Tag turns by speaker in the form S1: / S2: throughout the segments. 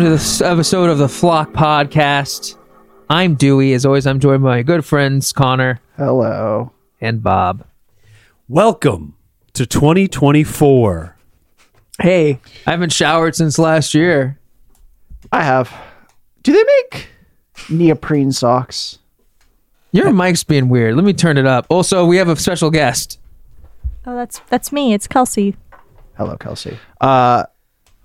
S1: to this episode of the Flock Podcast. I'm Dewey. As always, I'm joined by my good friends Connor
S2: Hello.
S1: and Bob.
S3: Welcome to 2024.
S1: Hey, I haven't showered since last year.
S2: I have. Do they make neoprene socks?
S1: Your mic's being weird. Let me turn it up. Also, we have a special guest.
S4: Oh, that's that's me. It's Kelsey.
S2: Hello, Kelsey. Uh,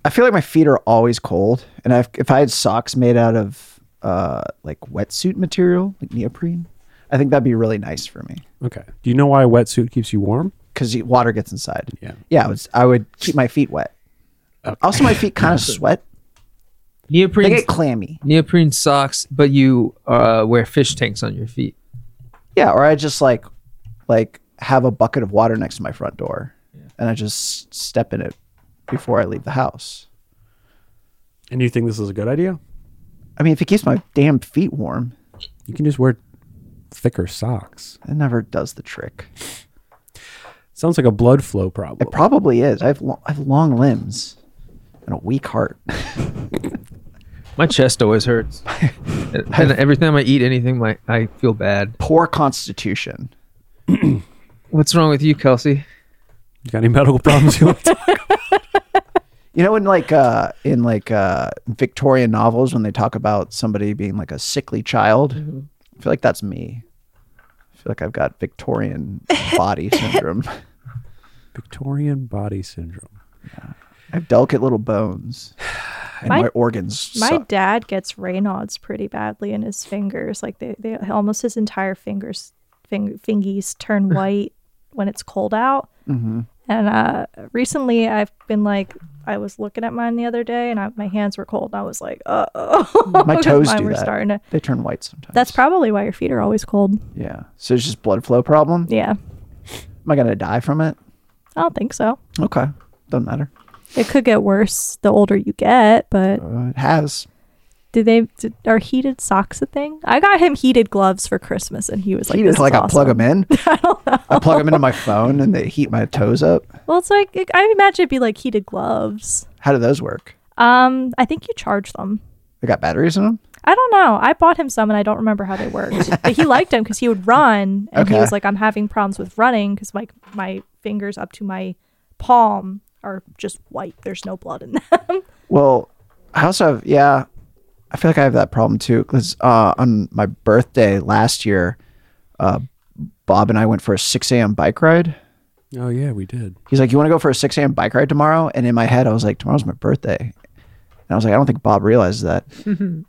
S2: I feel like my feet are always cold, and I've, if I had socks made out of uh, like wetsuit material, like neoprene, I think that'd be really nice for me
S3: Okay. Do you know why a wetsuit keeps you warm?
S2: because water gets inside.
S3: Yeah.
S2: yeah. I would, I would keep my feet wet. Also, my feet kind of sweat. They
S1: Neoprene,
S2: get clammy.
S1: neoprene socks, but you uh, wear fish tanks on your feet.
S2: Yeah, or I just like, like have a bucket of water next to my front door, and I just step in it before I leave the house.
S3: And you think this is a good idea?
S2: I mean, if it keeps my damn feet warm,
S3: You can just wear thicker socks.
S2: it never does the trick.
S3: Sounds like a blood flow
S2: It
S3: problem.
S2: probably is. I have lo- I have long limbs and a weak heart.
S1: My chest always hurts. and every time I eat anything, my I feel bad.
S2: Poor constitution.
S1: What's wrong with you, Kelsey?
S3: you got any medical problems you want to
S2: You know, in like uh, in like uh, Victorian novels, when they talk about somebody being like a sickly child, I feel like that's me. I feel like I've got Victorian body syndrome.
S3: Victorian body syndrome.
S2: I have delicate little bones, and my,
S4: My-
S2: organs.
S4: My
S2: suck.
S4: dad gets Raynaud's pretty badly in his fingers. Like they, they almost his entire fingers fing, fingies turn white when it's cold out.
S2: Mm-hmm.
S4: And uh, recently, I've been like, I was looking at mine the other day, and I, my hands were cold, and I was like, uh oh,
S2: my toes
S4: mine
S2: do
S4: were
S2: that.
S4: starting to.
S2: They turn white sometimes.
S4: That's probably why your feet are always cold.
S2: yeah. So it's just blood flow problem.
S4: Yeah,
S2: Am I gonna die from it?
S4: I don't think so.
S2: Okay, doesn't matter.
S4: It could get worse the older you get, but
S2: Uh, it has.
S4: Do they do, are heated socks a thing? I got him heated gloves for Christmas, and he was like,
S2: heat
S4: "This
S2: is like
S4: is
S2: I plug them
S4: awesome."
S2: in. I, plug them into my phone and they heat my toes up.
S4: Well, it's like it- I imagine it'd be like heated gloves.
S2: How do those work?
S4: Um, I think you charge them.
S2: They got batteries in them.
S4: I don't know. I bought him some, and I don't remember how they worked. but he liked them because he would run, and he
S2: Okay.
S4: was like, "I'm having problems with running because like my fingers up to my palm are just white. There's no blood in them."
S2: Well, I also have yeah. I feel like I have that problem too because uh, on my birthday last year, uh, Bob and I went for a 6 a.m. bike ride.
S3: Oh, yeah, we did.
S2: He's like, "You want to go for a 6 a.m. bike ride tomorrow?" And in my head, I was like, "Tomorrow's my birthday," and I was like, "I don't think Bob realizes that."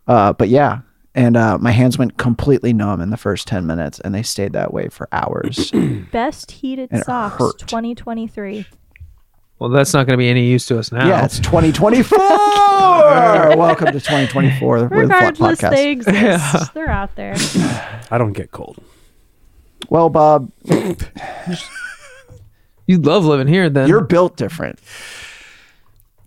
S2: uh, but yeah, and uh, my hands went completely numb in the first 10 minutes, and they stayed that way for hours.
S4: Best heated
S2: And it
S4: socks,
S2: hurt.
S4: 2023.
S1: Well, that's not going to be any use to us now.
S2: Yeah, it's 2024. Welcome to 2024. We're the Flock
S4: Regardless,
S2: Podcast.
S4: they exist. They're out there.
S3: I don't get cold.
S2: Well, Bob,
S1: You love living here, then.
S2: you're built different.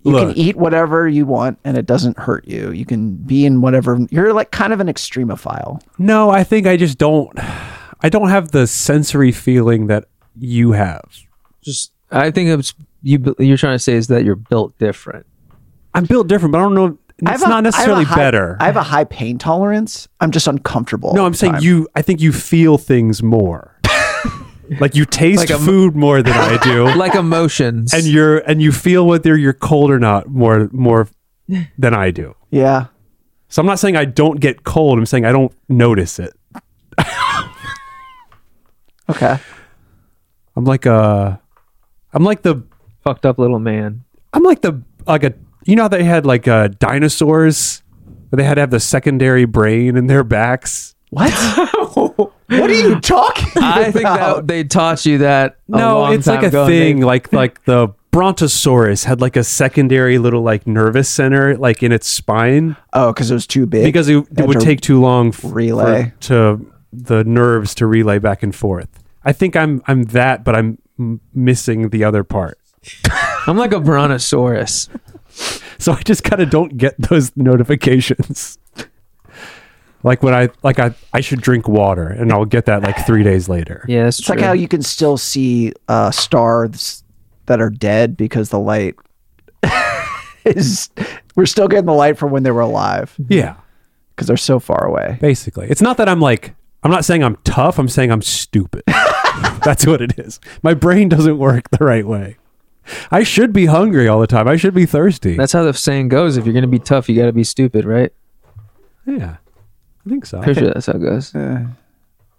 S2: You
S3: Look.
S2: can eat whatever you want and it doesn't hurt you. You can be in whatever. You're like kind of an extremophile.
S3: No, I think I just don't. I don't have the sensory feeling that you have.
S1: just. I think it's you. bu- You're trying to say is that you're built different.
S3: I'm built different, but I don't know.
S2: I have a- I
S3: It's
S2: have
S3: not
S2: a
S3: necessarily
S2: high-
S3: better.
S2: I have a high pain tolerance. I'm just uncomfortable.
S3: No,
S2: all
S3: I'm
S2: the
S3: saying
S2: time.
S3: you. I think you feel things more. like you taste
S1: Like a m-
S3: food more than I do,
S1: Like emotions.
S3: and you're and you feel whether you're cold or not more more than I do.
S2: Yeah.
S3: So I'm not saying I don't get cold. I'm saying I don't notice it.
S2: Okay.
S3: I'm like a. I'm like the.
S1: fucked up little man.
S3: I'm like the like a. You know how they had like uh, dinosaurs. They had to have the secondary brain in their backs.
S2: What? what are you talking
S1: I think
S2: about?
S1: that they taught you that. a
S3: no,
S1: long
S3: it's like
S1: time
S3: a
S1: ago, and
S3: thing.
S1: they-
S3: Like like the Brontosaurus had like a secondary little like nervous center like in its spine
S2: oh, because it was too big.
S3: because it, it
S2: Had
S3: would
S2: to-
S3: take too long f-
S2: relay.
S3: for, to the nerves to relay back and forth. I think I'm I'm that, but I'm m- missing the other part.
S1: I'm like a brontosaurus.
S3: So I just kind of don't get those notifications. Like when I like I I should drink water and I'll get that like three days later.
S1: Yeah, that's
S2: It's like
S1: true.
S2: how you can still see uh, stars that are dead because the light is we're still getting the light from when they were alive
S3: Yeah,
S2: because they're so far away.
S3: basically. It's not that I'm like, I'm not saying I'm tough. I'm saying I'm stupid. That's what it is. My brain doesn't work the right way. I should be hungry all the time. I should be thirsty.
S1: That's how the saying goes. If you're gonna be tough, you gotta be stupid, right?
S3: yeah, I think so.
S1: Pretty sure that's how it goes.
S2: Eh.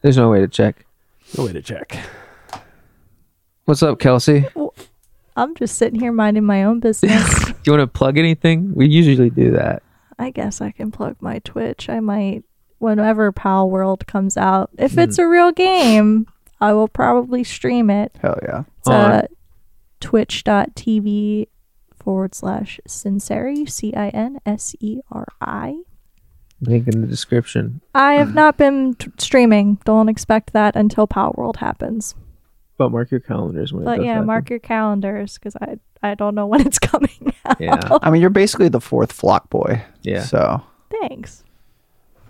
S1: There's no way to check.
S3: No way to check.
S1: What's up, Kelsey?
S4: I'm just sitting here minding my own business.
S1: Do you want to plug anything? We usually do that.
S4: I guess I can plug my Twitch. I might, whenever Pal World comes out,
S1: Hmm.
S4: if it's a real game, I will probably stream it.
S2: Hell yeah.
S4: It's
S1: On.
S4: uh, twitch.tv forward slash Sinceri, C I N S E R I.
S1: Link in the description.
S4: I have not been t- streaming. Don't expect that until Pal World happens.
S1: But mark your calendars when it
S4: But
S1: does
S4: yeah,
S1: happen.
S4: mark your calendars because I, I don't know when it's coming out.
S1: Yeah,
S2: I mean, you're basically the fourth flock boy.
S1: yeah.
S2: So
S4: Thanks.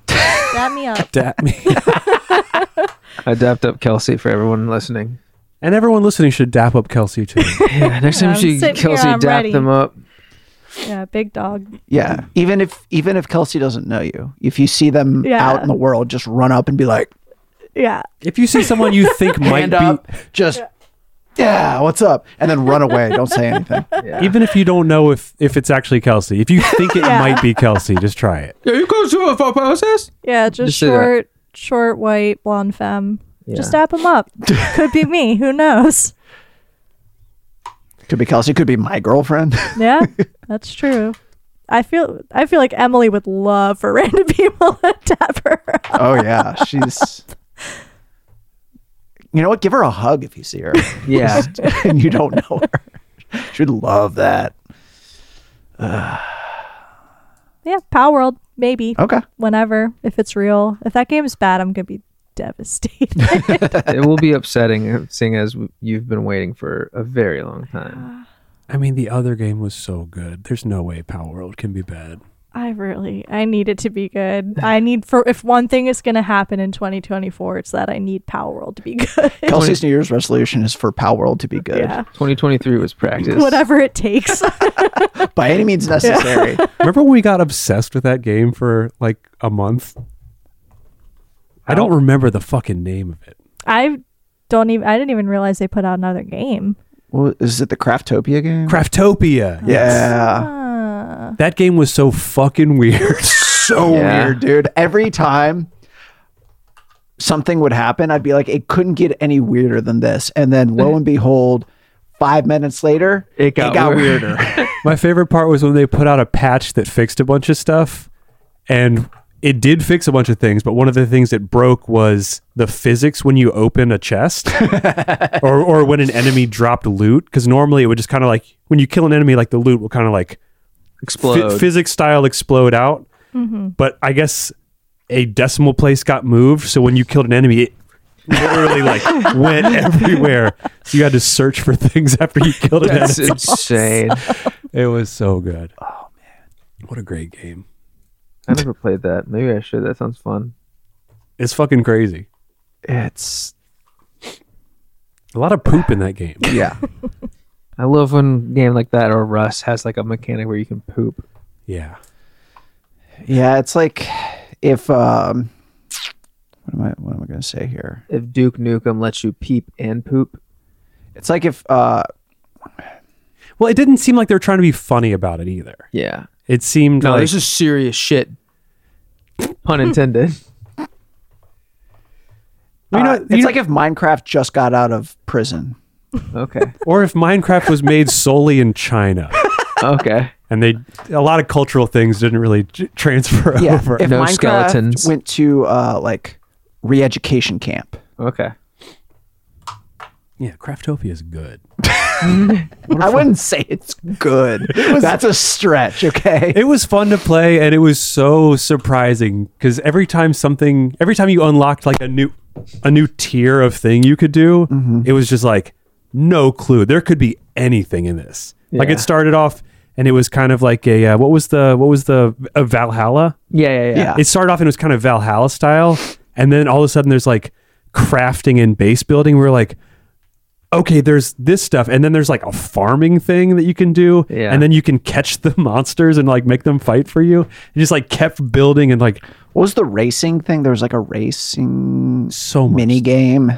S4: Dab me up.
S3: Dap me.
S1: I dapped up Kelsey for everyone listening.
S3: and everyone listening should dap up Kelsey too.
S1: Yeah, next time
S4: I'm
S1: she
S4: sitting here,
S1: Kelsey
S4: I'm
S1: dap
S4: ready.
S1: them up.
S4: Yeah, big dog.
S2: yeah, even if even if Kelsey doesn't know you, if you see them
S4: Yeah.
S2: out in the world, just run up and be like,
S4: Yeah.
S3: if you see someone you think might
S2: hand
S3: be,
S2: up, just yeah, what's up, and then run away. Don't say anything.
S3: even if you don't know if if it's actually Kelsey, if you think it
S4: Yeah.
S3: might be Kelsey, just try it.
S1: Yeah, you go through a full process.
S4: Yeah, just,
S1: Just say that.
S4: short, short, white, blonde femme. Just
S1: Yeah.
S4: dap him up. Could be me. Who knows?
S2: Could be Kelsey. Could be my girlfriend.
S4: Yeah, that's true. I feel I feel like Emily would love for random people to tap her. up.
S2: oh yeah, she's. You know what? Give her a hug if you see her,
S1: Yeah,
S2: and you don't know her. She'd love that.
S4: Yeah, Power World, maybe.
S1: Oh.
S2: Okay.
S4: Whenever, if it's real. If that game is bad, I'm gonna be devastated.
S1: it will be upsetting, uh, seeing as you've been waiting for a very long time.
S3: I mean, the other game was so good. There's no way Power World can be bad.
S4: I really I need it to be good. I need for if one thing is gonna happen in 2024, it's that I need Power World to be good.
S2: Kelsey's New Year's resolution is for Pow World to be good
S4: yeah,
S1: 2023 was practice.
S4: whatever it takes.
S2: by any means necessary.
S3: Remember when we got obsessed with that game for like a month? I don't remember the fucking name of it.
S4: I don't even. I didn't even realize they put out another game.
S2: Well, is it the Craftopia game?
S3: Craftopia.
S2: yeah.
S4: Uh,
S3: That game was so fucking weird.
S2: so
S1: Yeah.
S2: weird, dude. Every time something would happen, I'd be like, it couldn't get any weirder than this. And then lo and behold, five minutes later,
S1: It got weird.
S2: weirder.
S3: My favorite part was when they put out a patch that fixed a bunch of stuff, and it did fix a bunch of things. But one of the things it broke was the physics when you open a chest, or or when an enemy dropped loot. Because normally it would just kind of like when you kill an enemy, like the loot will kind of like phy-
S1: Explode.
S3: physics style explode out. But I guess a decimal place got moved, so when you killed an enemy, it literally like went everywhere. So you had to search for things after you killed an
S1: That's
S3: enemy.
S1: insane.
S3: It was so good. Oh man, what a great game!
S1: I never played that. Maybe I should. That sounds fun.
S3: It's fucking crazy.
S2: It's
S3: A lot of poop in that game.
S2: yeah.
S1: I love when a game like that or Rust has like a mechanic where you can poop.
S3: Yeah,
S2: Yeah, it's like if um what am I what am I gonna say here?
S1: If Duke Nukem lets you peep and poop,
S2: It's like if uh
S3: Well, it didn't seem like they were trying to be funny about it either.
S1: yeah.
S3: It seemed
S1: No,
S3: like
S1: this is serious shit. Pun intended.
S3: you know,
S2: uh,
S3: you
S2: it's
S3: know-
S2: like if Minecraft just got out of prison.
S1: okay.
S3: or if Minecraft was made solely in China.
S1: Okay.
S3: And they a lot of cultural things didn't really j- transfer
S2: Yeah.
S3: over.
S2: If
S1: No
S2: Minecraft
S1: skeletons.
S2: went to uh like re education camp.
S1: Okay.
S3: Yeah, Craftopia is good.
S2: I wouldn't say it's good. That's a stretch, okay?
S3: It was fun to play, and it was so surprising because every time something, every time you unlocked like a new, a new tier of thing you could do, it was just like no clue. There could be anything in this. Like
S1: Yeah.
S3: it started off, and it was kind of like a uh, what was the what was the uh, Valhalla?
S1: Yeah, yeah, yeah.
S2: Yeah.
S3: It started off and it was kind of Valhalla style, and then all of a sudden there's like crafting and base building. We're like, okay, there's this stuff, and then there's like a farming thing that you can do,
S1: Yeah.
S3: and then you can catch the monsters and like make them fight for you. It just like kept building and like
S2: What was the racing thing? There was like a racing
S3: so much.
S2: mini game.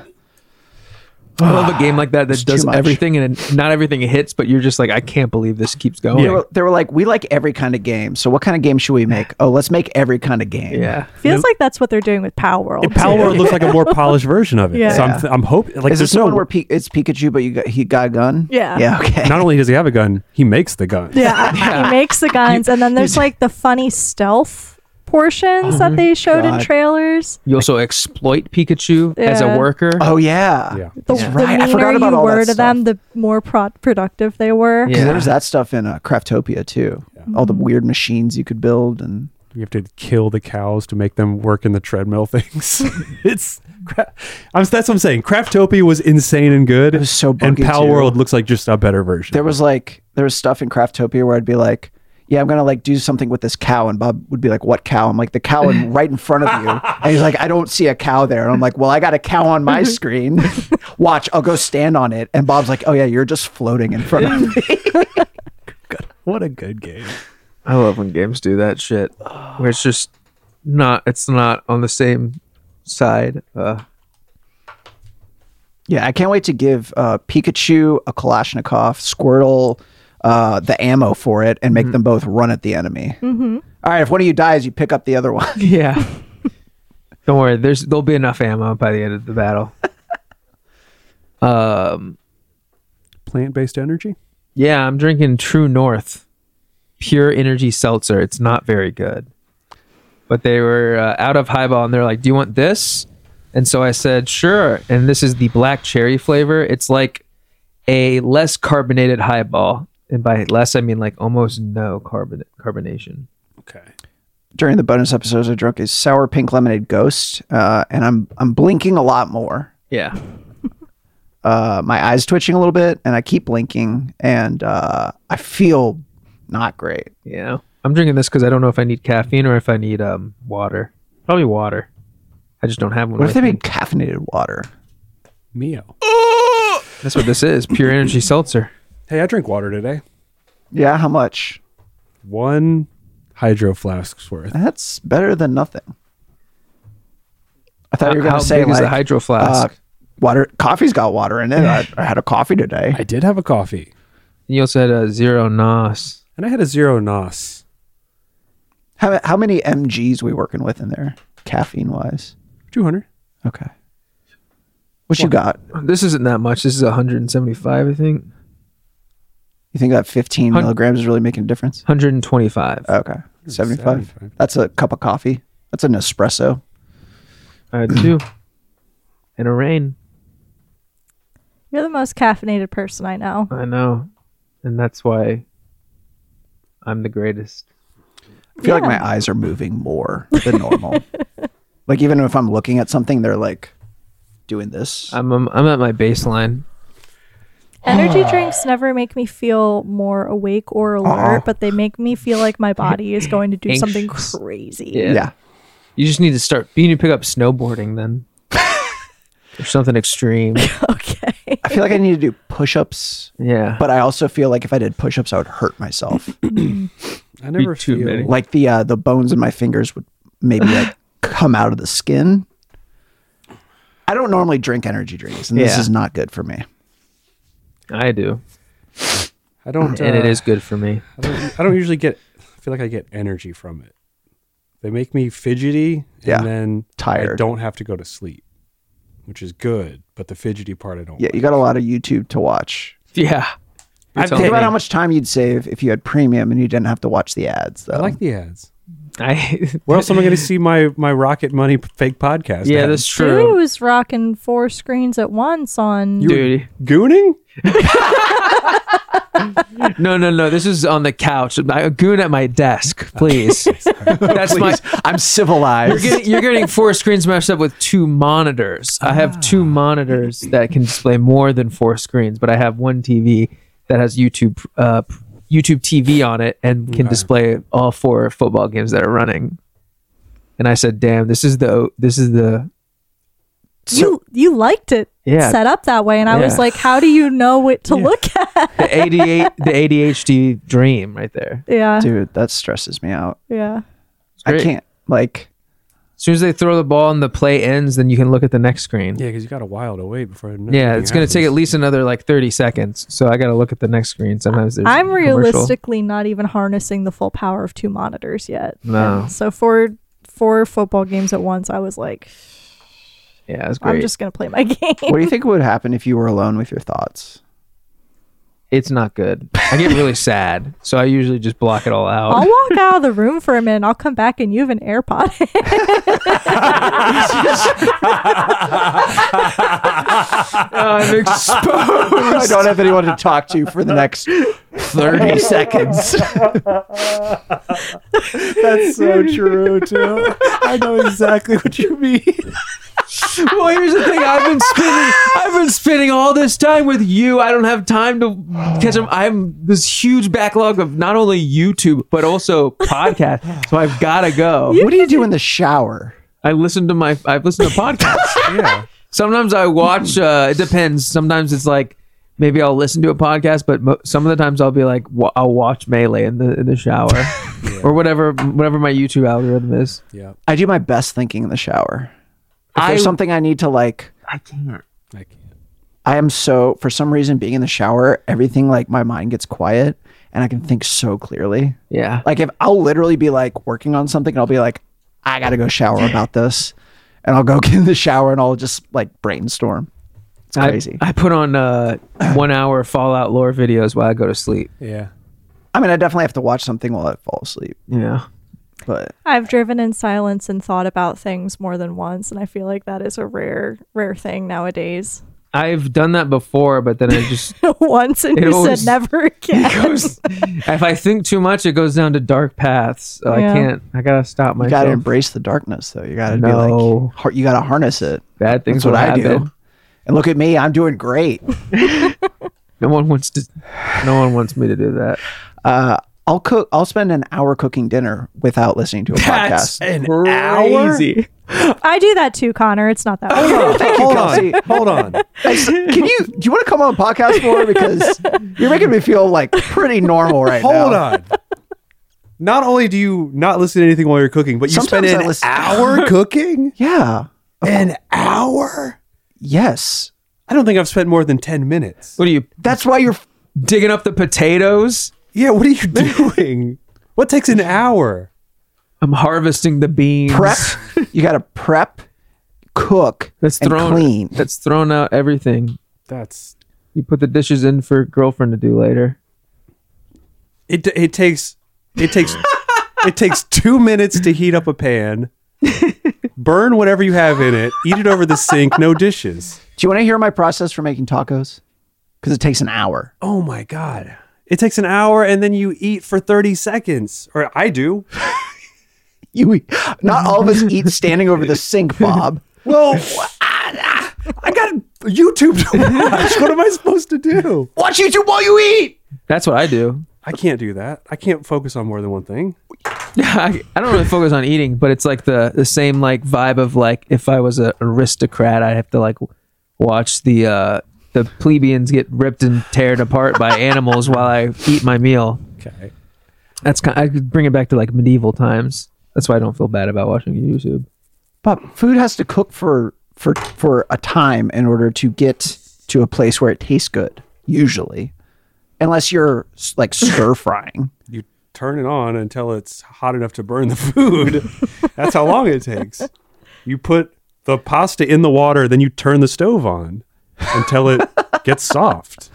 S1: I love a game like that that
S2: too
S1: does
S2: much.
S1: everything and it- not everything hits, but you're just like, I can't believe this keeps going.
S2: They were, they were like, we like every kind of game. So what kind of game should we make? Oh, let's make every kind of game.
S1: Yeah.
S4: Feels like that's what they're doing with Power World.
S3: Power World looks like a more polished version of it.
S4: Yeah.
S3: So I'm, I'm hoping like
S2: Is this
S3: there's
S2: the
S3: no.
S2: one where Pi- it's Pikachu, but you got, he got a gun?
S4: Yeah.
S2: Yeah. Okay.
S3: not only does he have a gun, he makes the gun.
S4: Yeah, he makes the guns, and then there's like the funny stealth portions that they showed in
S2: Oh God.
S4: trailers.
S1: You also exploit Pikachu as a
S4: Yeah.
S1: worker.
S2: Oh yeah.
S3: Yeah.
S4: The,
S2: That's
S4: the
S2: right. I
S4: meaner
S2: forgot about
S4: you
S2: all that
S4: were to
S2: stuff.
S4: them, the more pro- productive they were.
S1: Yeah.
S2: Because there's that stuff in uh, Craftopia too. All the weird machines you could build and
S3: You have to kill the cows to make them work in the treadmill things. it's cra- I'm, that's what I'm saying. Craftopia was insane and good. It
S2: was so
S3: and
S2: buggy,
S3: Pal
S2: too.
S3: World looks like just a better version.
S2: there was like there was stuff in Craftopia where I'd be like, yeah, I'm gonna like do something with this cow, and Bob would be like, what cow? I'm like the cow in, right in front of you, and he's like, I don't see a cow there, and I'm like, well, I got a cow on my screen. Watch, I'll go stand on it, and Bob's like, oh yeah, you're just floating in front of me.
S3: what a good game.
S1: I love when games do that shit. Where it's just not it's not on the same side. Uh
S2: yeah, I can't wait to give uh, Pikachu a Kalashnikov, Squirtle. Uh, the ammo for it and make them both run at the enemy. Mm-hmm. right, if one of you dies, you pick up the other one.
S1: Yeah. Don't worry, there's there'll be enough ammo by the end of the battle. um
S3: Plant based energy.
S1: yeah, I'm drinking True North pure energy seltzer. It's not very good. But they were uh, out of highball and they're like, "Do you want this?" And so I said, "Sure." And this is the black cherry flavor. It's like a less carbonated highball. And by less I mean like almost no carbon carbonation.
S3: Okay.
S2: during the bonus episodes I drunk is sour pink lemonade ghost, uh, and I'm I'm blinking a lot more.
S1: Yeah.
S2: Uh, my eyes twitching a little bit, and I keep blinking, and uh, I feel not great.
S1: Yeah. I'm drinking this cuz I don't know if I need caffeine or if I need um water. Probably water. I just don't have one.
S2: What if they
S1: with
S2: made
S1: me.
S2: caffeinated water?
S3: Mio.
S1: That's what this is. Pure energy seltzer.
S3: Hey, I drink water today.
S2: Yeah, how much?
S3: One hydro flask's worth.
S2: That's better than nothing. I thought you were
S1: How
S2: gonna say
S1: big is
S2: like
S1: the hydro flask?
S2: uh, water. Coffee's got water in it. I, I had a coffee today.
S3: I did have a coffee
S1: you also had a uh, zero nos.
S3: and I had a zero NOS.
S2: How how many mg's we working with in there, caffeine wise?
S3: 200.
S2: Okay. What you got?
S1: This isn't that much. This is 175, I think.
S2: You think that 15
S1: Hun-
S2: milligrams is really making a difference?
S1: 125.
S2: Okay. 75.
S3: 75.
S2: That's a cup of coffee. That's an espresso.
S1: I had two. And a rain.
S4: You're the most caffeinated person I know.
S1: I know. And that's why I'm the greatest.
S2: I feel
S4: Yeah.
S2: like my eyes are moving more than normal. like, even if I'm looking at something, they're like doing this.
S1: I'm I'm, I'm at my baseline.
S4: Energy drinks never make me feel more awake or alert, but they make me feel like my body is going to do something
S1: Anxious.
S4: crazy.
S1: Yeah.
S2: yeah.
S1: You just need to start. You need to pick up snowboarding then. or something extreme.
S4: Okay.
S2: I feel like I need to do push ups,
S1: Yeah.
S2: but I also feel like if I did push ups, I would hurt myself.
S3: I never
S1: too
S3: feel
S1: many.
S2: like, the, uh, the bones in my fingers would maybe like come out of the skin. I don't normally drink energy drinks, and this
S1: Yeah.
S2: is not good for me.
S1: I do.
S3: I don't.
S1: And it
S3: uh,
S1: is good for me.
S3: I don't, I don't usually get. I feel like I get energy from it. They make me fidgety and
S2: Yeah.
S3: then I
S2: Tired.
S3: don't have to go to sleep, which is good. But the fidgety part, I don't.
S2: Yeah,
S3: like.
S2: you got a lot of YouTube to watch.
S1: Yeah. You're telling
S3: I've
S2: Think
S1: me.
S2: about how much time you'd save if you had premium and you didn't have to watch the ads. Though.
S3: I like the ads.
S1: I,
S3: Where else am I going to see my my Rocket Money fake podcast?
S1: yeah,
S3: ad?
S1: that's
S4: Dude
S1: true.
S4: was rocking four screens at once on.
S3: You-
S1: Dude.
S3: gooning.
S1: No, no, no. This is on the couch. I, goon at my desk, please. That's my.
S2: I'm
S1: You're
S2: civilized.
S1: getting, you're getting four screens mashed up with two monitors. I have two monitors that can display more than four screens, but I have one TV that has YouTube uh, YouTube TV on it and can display all four football games that are running. And I said, "Damn, this is the this is the
S4: you you liked it
S1: Yeah.
S4: set up that way. And I was
S1: Yeah.
S4: like, how do you know what to look at?
S1: The ADH the ADHD dream right there.
S4: Yeah.
S2: Dude, that stresses me out.
S4: Yeah.
S2: I
S1: great.
S2: can't like
S1: As soon as they throw the ball and the play ends, then you can look at the next screen.
S3: Yeah, because you got a while to wait before.
S1: Yeah, it's going to take at least another like 30 seconds. So I got to look at the next screen. Sometimes there's
S4: I'm
S1: a commercial.
S4: realistically not even harnessing the full power of two monitors yet.
S1: No.
S4: And so for four football games at once, I was like,
S1: Yeah, it's
S4: I'm
S1: great.
S4: just gonna play my game.
S2: what do you think would happen if you were alone with your thoughts?
S1: It's not good. I get really sad. So I usually just block it all out.
S4: I'll walk out of the room for a minute. I'll come back and you have an AirPod.
S1: I'm exposed.
S2: I don't have anyone to talk to for the next 30 seconds.
S3: That's so true, too. I know exactly what you mean.
S1: well, here's the thing. I've been spending I've been spending all this time with you. I don't have time to catch up. I'm this huge backlog of not only YouTube but also podcast. So I've got to go.
S2: what do you do in the shower?
S1: I listen to my I've listened to podcasts.
S3: Yeah.
S1: Sometimes I watch uh it depends. Sometimes it's like maybe I'll listen to a podcast, but mo- some of the times I'll be like wa- I'll watch Melee in the in the shower or whatever whatever my YouTube algorithm is.
S3: Yeah.
S2: I do my best thinking in the shower. If
S1: I-
S2: there's something I need to like
S3: I can't.
S2: I am so for some reason being in the shower, everything like my mind gets quiet and I can think so clearly.
S1: Yeah.
S2: Like if I'll literally be like working on something and I'll be like, I gotta go shower about this. And I'll go get in the shower and I'll just like brainstorm. It's
S1: I-
S2: crazy. I,
S1: I, put on uh, one hour Fallout lore videos while I go to sleep.
S3: Yeah.
S2: mean, I definitely have to watch something while I fall asleep,
S1: Yeah.
S2: but
S4: I've driven in silence and thought about things more than once, and I feel like that is a rare, rare thing nowadays.
S1: I've done that before, but then I just
S4: once and
S1: It
S4: you
S1: always-
S4: said never
S1: it
S4: again.
S1: goes. if I think too much, it goes down to dark paths. So I
S4: Yeah.
S1: can't. I gotta stop
S2: you gotta
S1: myself.
S2: embrace the darkness though. You gotta be
S1: No.
S2: like, har- you gotta harness it.
S1: Bad things
S2: That's what
S1: will
S2: I
S1: happen.
S2: do. And look at me, I'm doing great.
S1: No one wants to. No one wants me to do that.
S2: Uh, I'll cook. I'll spend an hour cooking dinner without listening to a podcast.
S1: Crazy.
S4: I do that too, Connor. It's not that bad.
S2: Hold on. See,
S3: Oh, Hold on.
S2: I s- Can you? Do you want to come on a podcast more? Because you're making me feel like pretty normal right now.
S3: Hold on. Not only do you not listen to anything while you're cooking, but you
S2: Sometimes
S3: spend
S2: I
S3: an
S2: listen-
S3: hour cooking?
S2: Yeah.
S3: An hour?
S2: Yes.
S3: I don't think I've spent more than 10 minutes.
S1: What are you
S2: That's why you're.
S1: digging up the potatoes?
S3: Yeah, what are you doing? what takes an hour?
S1: I'm harvesting the beans.
S2: prep. you got to prep, cook,
S1: That's
S2: and
S1: thrown.
S2: clean.
S1: That's thrown out everything.
S3: That's
S1: You put the dishes in for girlfriend to do later.
S3: it it takes it takes it takes 2 minutes to heat up a pan. Burn whatever you have in it. Eat it over the sink, no dishes.
S2: Do you want to hear my process for making tacos? Because it takes an hour.
S3: Oh my god. It takes an hour and then you eat for 30 seconds or I do.
S2: You eat. Not all of us eat standing over the sink, Bob.
S3: Well, I, I- I got YouTube to watch. What am I supposed to do?
S2: Watch YouTube while you eat.
S1: That's what I do.
S3: I can't do that. I can't focus on more than one thing.
S1: I, I don't really focus on eating, but it's like the the same like vibe of like if I was an aristocrat, I'd have to like watch the uh, the plebeians get ripped and teared apart by animals while I eat my meal.
S3: Okay.
S1: That's kind. I could bring it back to like medieval times. That's why I don't feel bad about watching YouTube.
S2: Bob, food has to cook for for for a time in order to get to a place where it tastes good. Usually, unless you're s- like stir frying.
S3: You turn it on until it's hot enough to burn the food. That's how long it takes. You put the pasta in the water, then you turn the stove on until it gets soft.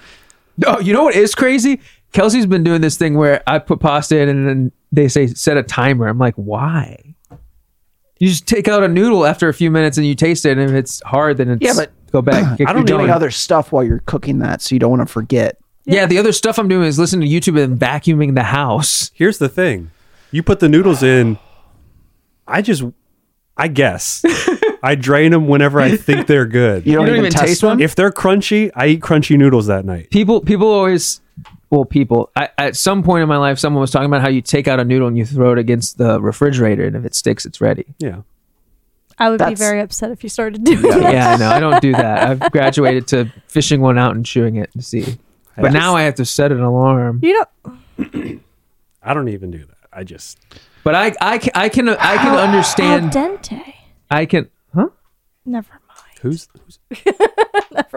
S1: No, you know what is crazy? Kelsey's been doing this thing where I put pasta in and then they say set a timer. I'm like, why? You just take out a noodle after a few minutes and you taste it, and if it's hard, then it's
S2: Yeah, but-
S1: go back.
S2: I don't doing other stuff while you're cooking that, so you don't want to forget.
S1: Yeah, the other stuff I'm doing is listening to YouTube and vacuuming the house.
S3: Here's the thing. You put the noodles in. I just I guess I drain them whenever I think they're good.
S2: You don't,
S1: don't
S2: even,
S1: even
S2: test
S1: taste
S2: them?
S1: one?
S3: If they're crunchy, I eat crunchy noodles that night.
S1: People, people always, well, people. I, at some point in my life, someone was talking about how you take out a noodle and you throw it against the refrigerator, and if it sticks, it's ready.
S3: Yeah.
S4: I would be
S2: That's-
S4: very upset if you started doing that.
S1: yeah, I know. I don't do that. I've graduated to fishing one out and chewing it to see. But
S3: Yes.
S1: now I have to set an alarm.
S4: You don't.
S3: I don't even do that. I just
S1: But I, I, ca- I can, I can
S4: Al
S1: understand.
S4: dente.
S1: I can. Huh?
S4: Never mind.
S3: who's, who's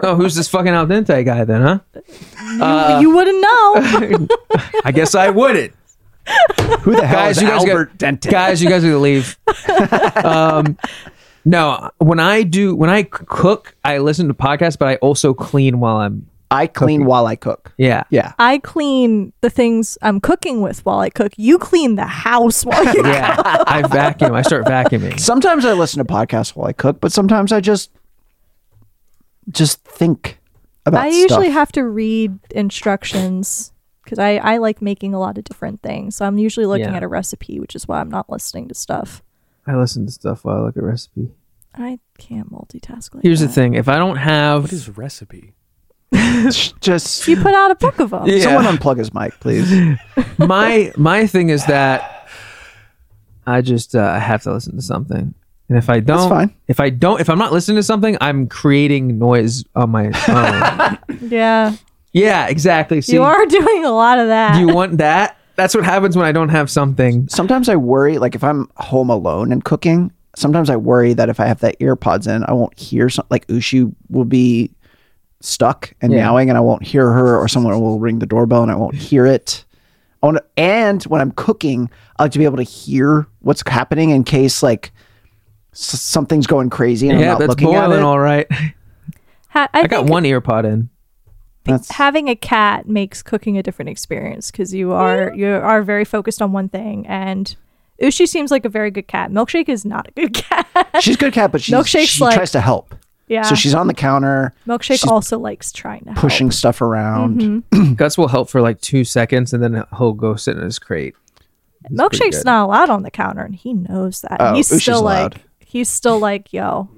S1: Oh, who's this fucking al dente guy then? Huh? Uh,
S4: you wouldn't know.
S1: I guess I wouldn't.
S2: Who the hell
S1: Guys,
S2: is
S1: you guys got-
S2: Albert Denton?
S1: guys you guys are to leave um no when i do when i c- cook i listen to podcasts but i also clean while i'm
S2: I clean while I cook.
S1: yeah
S2: Yeah.
S4: I clean the things I'm cooking with while I cook. You clean the house while you.
S1: yeah i vacuum i start vacuuming
S2: Sometimes I listen to podcasts while I cook, but sometimes I just just think about
S4: I
S2: stuff.
S4: usually have to read instructions because I, I like making a lot of different things. So I'm usually looking
S1: Yeah.
S4: at a recipe, which is why I'm not listening to stuff.
S1: i listen to stuff while i look at recipe
S4: I can't multitask. Like
S1: here's the
S4: that.
S1: thing if i don't have
S3: what is recipe?
S2: just
S4: You put out a book of them.
S1: Yeah.
S2: someone unplug his mic, please.
S1: my my thing is that i just uh, i have to listen to something and if i don't
S2: fine.
S1: if i don't if i'm not listening to something i'm creating noise on my own
S4: Yeah.
S1: yeah exactly see
S4: you are doing a lot of that.
S1: you want that that's what happens when i don't have something
S2: Sometimes I worry, like if I'm home alone and cooking, sometimes I worry that if I have the earpods in, I won't hear something. Like Ushi will be stuck and
S1: Yeah.
S2: meowing, and I won't hear her, or someone will ring the doorbell and I won't hear it. I wanna, and when I'm cooking, I like to be able to hear what's happening in case like s- something's going crazy and I'm
S1: Yeah,
S2: not
S1: that's
S2: looking at
S1: boiling
S2: it.
S1: all right.
S4: Ha- I,
S1: I got
S4: think
S1: one ear pod in.
S2: That's-
S4: having a cat makes cooking a different experience because you are you are very focused on one thing and Ushi seems like a very good cat. Milkshake is not a good cat.
S2: she's a good cat, but she's,
S4: Milkshake's
S2: she
S4: like-
S2: tries to help.
S4: yeah.
S2: So she's on the counter,
S4: Milkshake
S2: she's
S4: also likes trying to help.
S2: pushing stuff around.
S4: Mm-hmm.
S1: Guts will help for like two seconds, and then he'll go sit in his crate. He's pretty
S4: Milkshake's
S1: good.
S4: not allowed on the counter, and he knows that.
S2: Oh,
S4: he's
S2: Ushi's
S4: still
S2: allowed.
S4: like, he's still like, yo,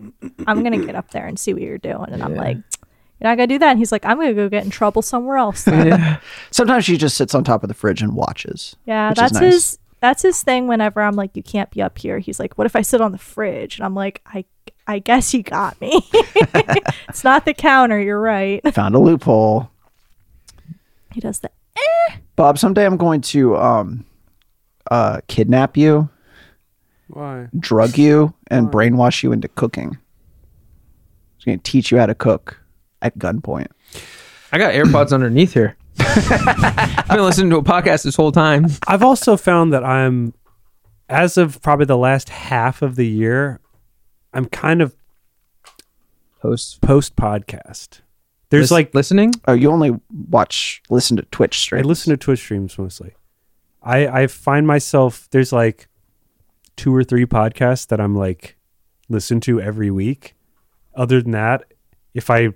S4: I'm gonna get up there and see what you're doing, and I'm like, you're not gonna do that, and he's like, I'm gonna go get in trouble somewhere else. then."
S2: Sometimes she just sits on top of the fridge and watches.
S4: yeah,
S2: which is
S4: that's
S2: nice.
S4: his. That's his thing. Whenever I'm like, you can't be up here, he's like, what if I sit on the fridge? And I'm like, I, I guess you got me. it's not the counter. You're right.
S2: Found a loophole.
S4: He does that.
S2: Bob, someday I'm going to um, uh, kidnap you,
S3: Why?
S2: drug you, and brainwash you into cooking. I'm going to teach you how to cook at gunpoint.
S1: I got AirPods underneath here. I've been listening to a podcast this whole time.
S3: I've also found that I'm, as of probably the last half of the year, I'm kind of
S1: Post.
S3: post podcast. There's
S1: lis-
S3: like
S1: listening.
S2: Oh, you only watch, listen to Twitch
S3: I
S2: stream.
S3: listen to Twitch streams mostly. I I find myself there's like two or three podcasts that I'm like listen to every week. Other than that, if I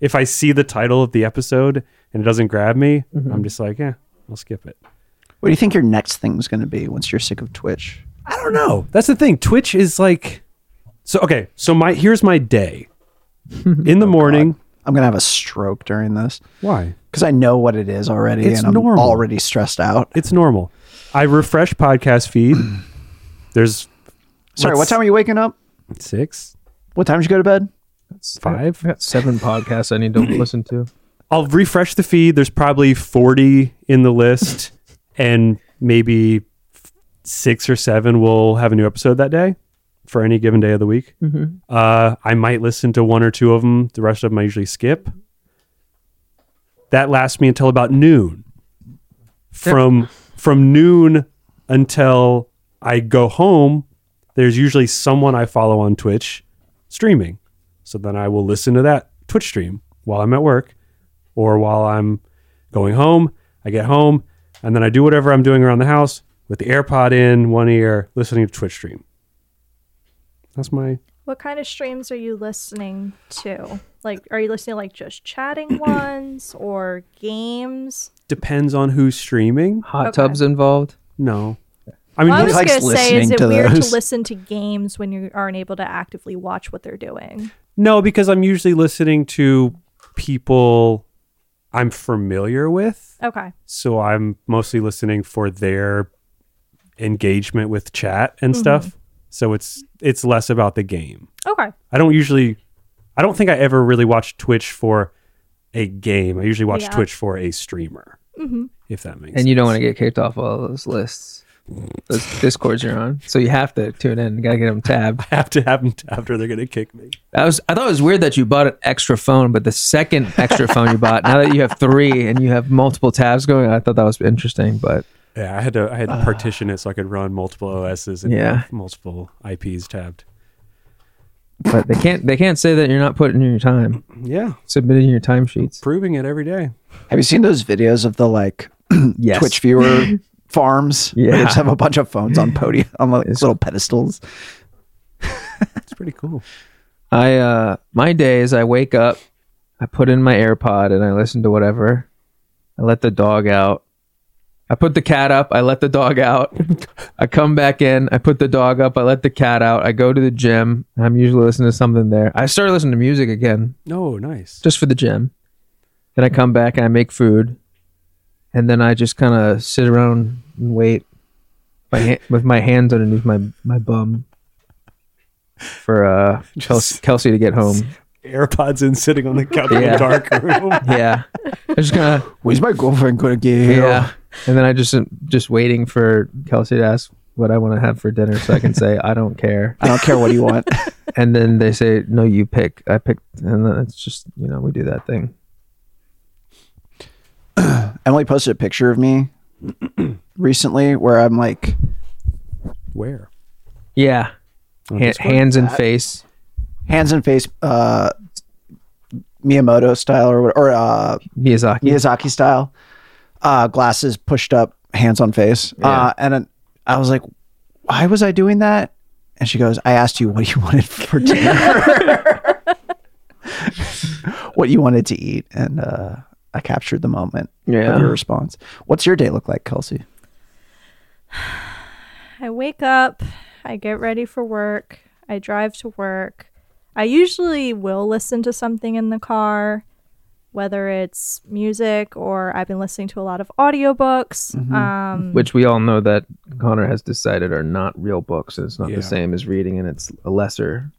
S3: if I see the title of the episode and it doesn't grab me, I'm just like, yeah, I'll skip it.
S2: What do you think your next thing's going to be once you're sick of Twitch?
S3: I don't know. That's the thing. Twitch is like so okay, so my here's my day. In the morning.
S2: I'm going to have a stroke during this
S3: Why?
S2: because I know what it is already
S3: It's
S2: and I'm
S3: normal.
S2: already stressed out.
S3: It's normal. I refresh podcast feed. There's
S2: Sorry,
S3: let's-
S2: what time are you waking up?
S3: six?
S2: What time did you go to bed?
S3: Five?
S1: I got seven podcasts I need to listen to.
S3: I'll refresh the feed. There's probably 40 in the list, and maybe f- six or seven will have a new episode that day for any given day of the week. Uh, I might listen to one or two of them. The rest of them I usually skip. That lasts me until about noon. From from noon until I go home, there's usually someone I follow on Twitch streaming. So then I will listen to that Twitch stream while I'm at work or while I'm going home. I get home and then I do whatever I'm doing around the house with the AirPod in one ear, listening to Twitch stream. That's my
S4: What kind of streams are you listening to? Like, are you listening to like just chatting ones or games?
S3: depends on who's streaming.
S1: Hot
S4: Okay.
S1: tubs involved.
S3: No, I mean
S4: Well, I
S2: he
S4: was
S2: likes
S4: gonna say, is
S2: listening
S4: it
S2: to
S4: weird
S2: those.
S4: to listen to games when you aren't able to actively watch what they're doing?
S3: no, because I'm usually listening to people I'm familiar with,
S4: Okay,
S3: so I'm mostly
S4: Mm-hmm.
S3: listening for their engagement with chat and stuff. So it's it's less about the game.
S4: Okay.
S3: I don't usually I don't think I ever really watch Twitch for a game. I usually watch
S4: Yeah. Mm-hmm.
S3: Twitch for a streamer. If that makes
S1: and you don't want to get kicked off all those lists, those discords you're on. So you have to tune in. You gotta get them tabbed.
S3: I have to have them after they're gonna kick me.
S1: That was I thought it was weird that you bought an extra phone, but the second extra phone you bought, now that you have three and you have multiple tabs going, I thought that was interesting. But
S3: Yeah, I had to I had to partition it so I could run multiple OSs and
S1: Yeah.
S3: have multiple IPs tabbed.
S1: but they can't they can't say that you're not putting in your time,
S3: Yeah,
S1: submitting your timesheets.
S3: proving it every day.
S2: Have you seen those videos of the like
S1: Yes.
S2: Twitch viewer farms? Where they
S1: Yeah.
S2: just have a bunch of phones on podium on like
S1: It's-
S2: little pedestals.
S3: It's pretty cool.
S1: I uh my day is I wake up, I put in my AirPod and I listen to whatever. I let the dog out. I put the cat up, I let the dog out. I come back in, I put the dog up, I let the cat out. I go to the gym. I'm usually listening to something there. I started listening to music again
S3: No, nice.
S1: just for the gym. Then I come back and I make food. And then I just kind of sit around and wait my ha- with my hands underneath my, my bum for uh, Kelsey,
S3: Just-
S1: Kelsey to get home.
S3: AirPods in, sitting on the couch in
S1: Yeah.
S3: a dark room.
S1: Yeah. I just kind of,
S2: Where's my girlfriend gonna get?
S1: yeah. And then I just just waiting for Kelsey to ask what I want to have for dinner so I can say, I don't care.
S2: I don't care what you want.
S1: And then they say, no, you pick. I picked. And then it's just, you know, we do that thing.
S2: Emily posted a picture of me recently where I'm like
S3: Where?
S1: Yeah. Ha- hands and face.
S2: hands and face uh Miyamoto style or what- or uh
S1: Miyazaki.
S2: Miyazaki style. Uh glasses pushed up, hands on face. Uh and then I was like, "Why was I doing that?" And she goes, "I asked you what you wanted for dinner." what you wanted to eat and uh I captured the moment
S1: Yeah.
S2: of your response. What's your day look like, Kelsey?
S4: I wake up, I get ready for work, I drive to work. I usually will listen to something in the car, whether it's music or I've been listening to a lot of audiobooks. Um,
S1: which we all know that Connor has decided are not real books, and it's not
S3: Yeah.
S1: the same as reading, and it's a lesser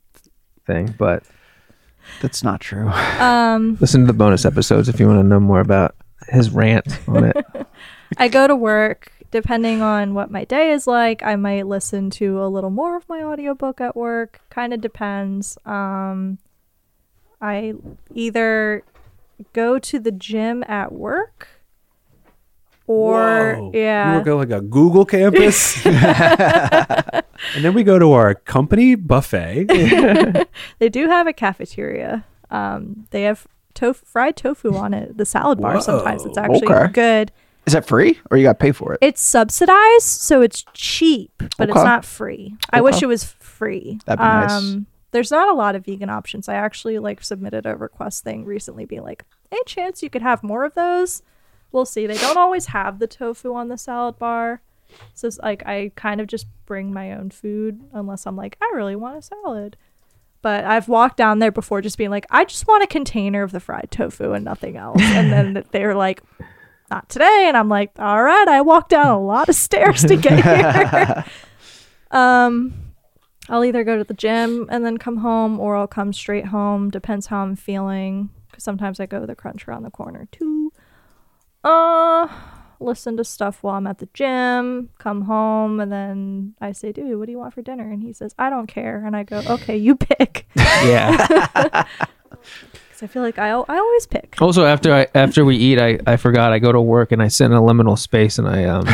S1: thing. But
S2: That's not true.
S4: um,
S1: listen to the bonus episodes if you want to know more about his rant on it.
S4: I go to work. Depending on what my day is like, I might listen to a little more of my audiobook at work. Kind of depends. Um, I either go to the gym at work or,
S3: Whoa.
S4: yeah.
S3: we will go like a Google campus, and then we go to our company buffet.
S4: They do have a cafeteria. Um, they have tof- fried tofu on it. The salad bar sometimes it's
S3: Whoa.
S4: actually
S2: Okay.
S4: good.
S2: Is that free or you got to pay for it?
S4: It's subsidized, so it's cheap, but
S2: Okay.
S4: it's not free. I wish it was free.
S2: That'd be nice.
S4: Um, There's not a lot of vegan options. I actually like submitted a request thing recently, being like, "Any chance you could have more of those?" We'll see. They don't always have the tofu on the salad bar, so it's like I kind of just bring my own food unless I'm like, I really want a salad. But I've walked down there before, just being like, I just want a container of the fried tofu and nothing else, and then they're like, not today. And I'm like, all right, I walked down a lot of stairs to get here. um, I'll either go to the gym and then come home, or I'll come straight home. Depends how I'm feeling. Because sometimes I go to the crunch around the corner too. Uh, listen to stuff while I'm at the gym, come home, and then I say, dude, what do you want for dinner? And he says, I don't care. And I go, okay, you pick.
S1: yeah.
S4: Because I feel like I, al- I always pick.
S1: Also, after I after we eat, I I forgot I go to work and I sit in a liminal space and I um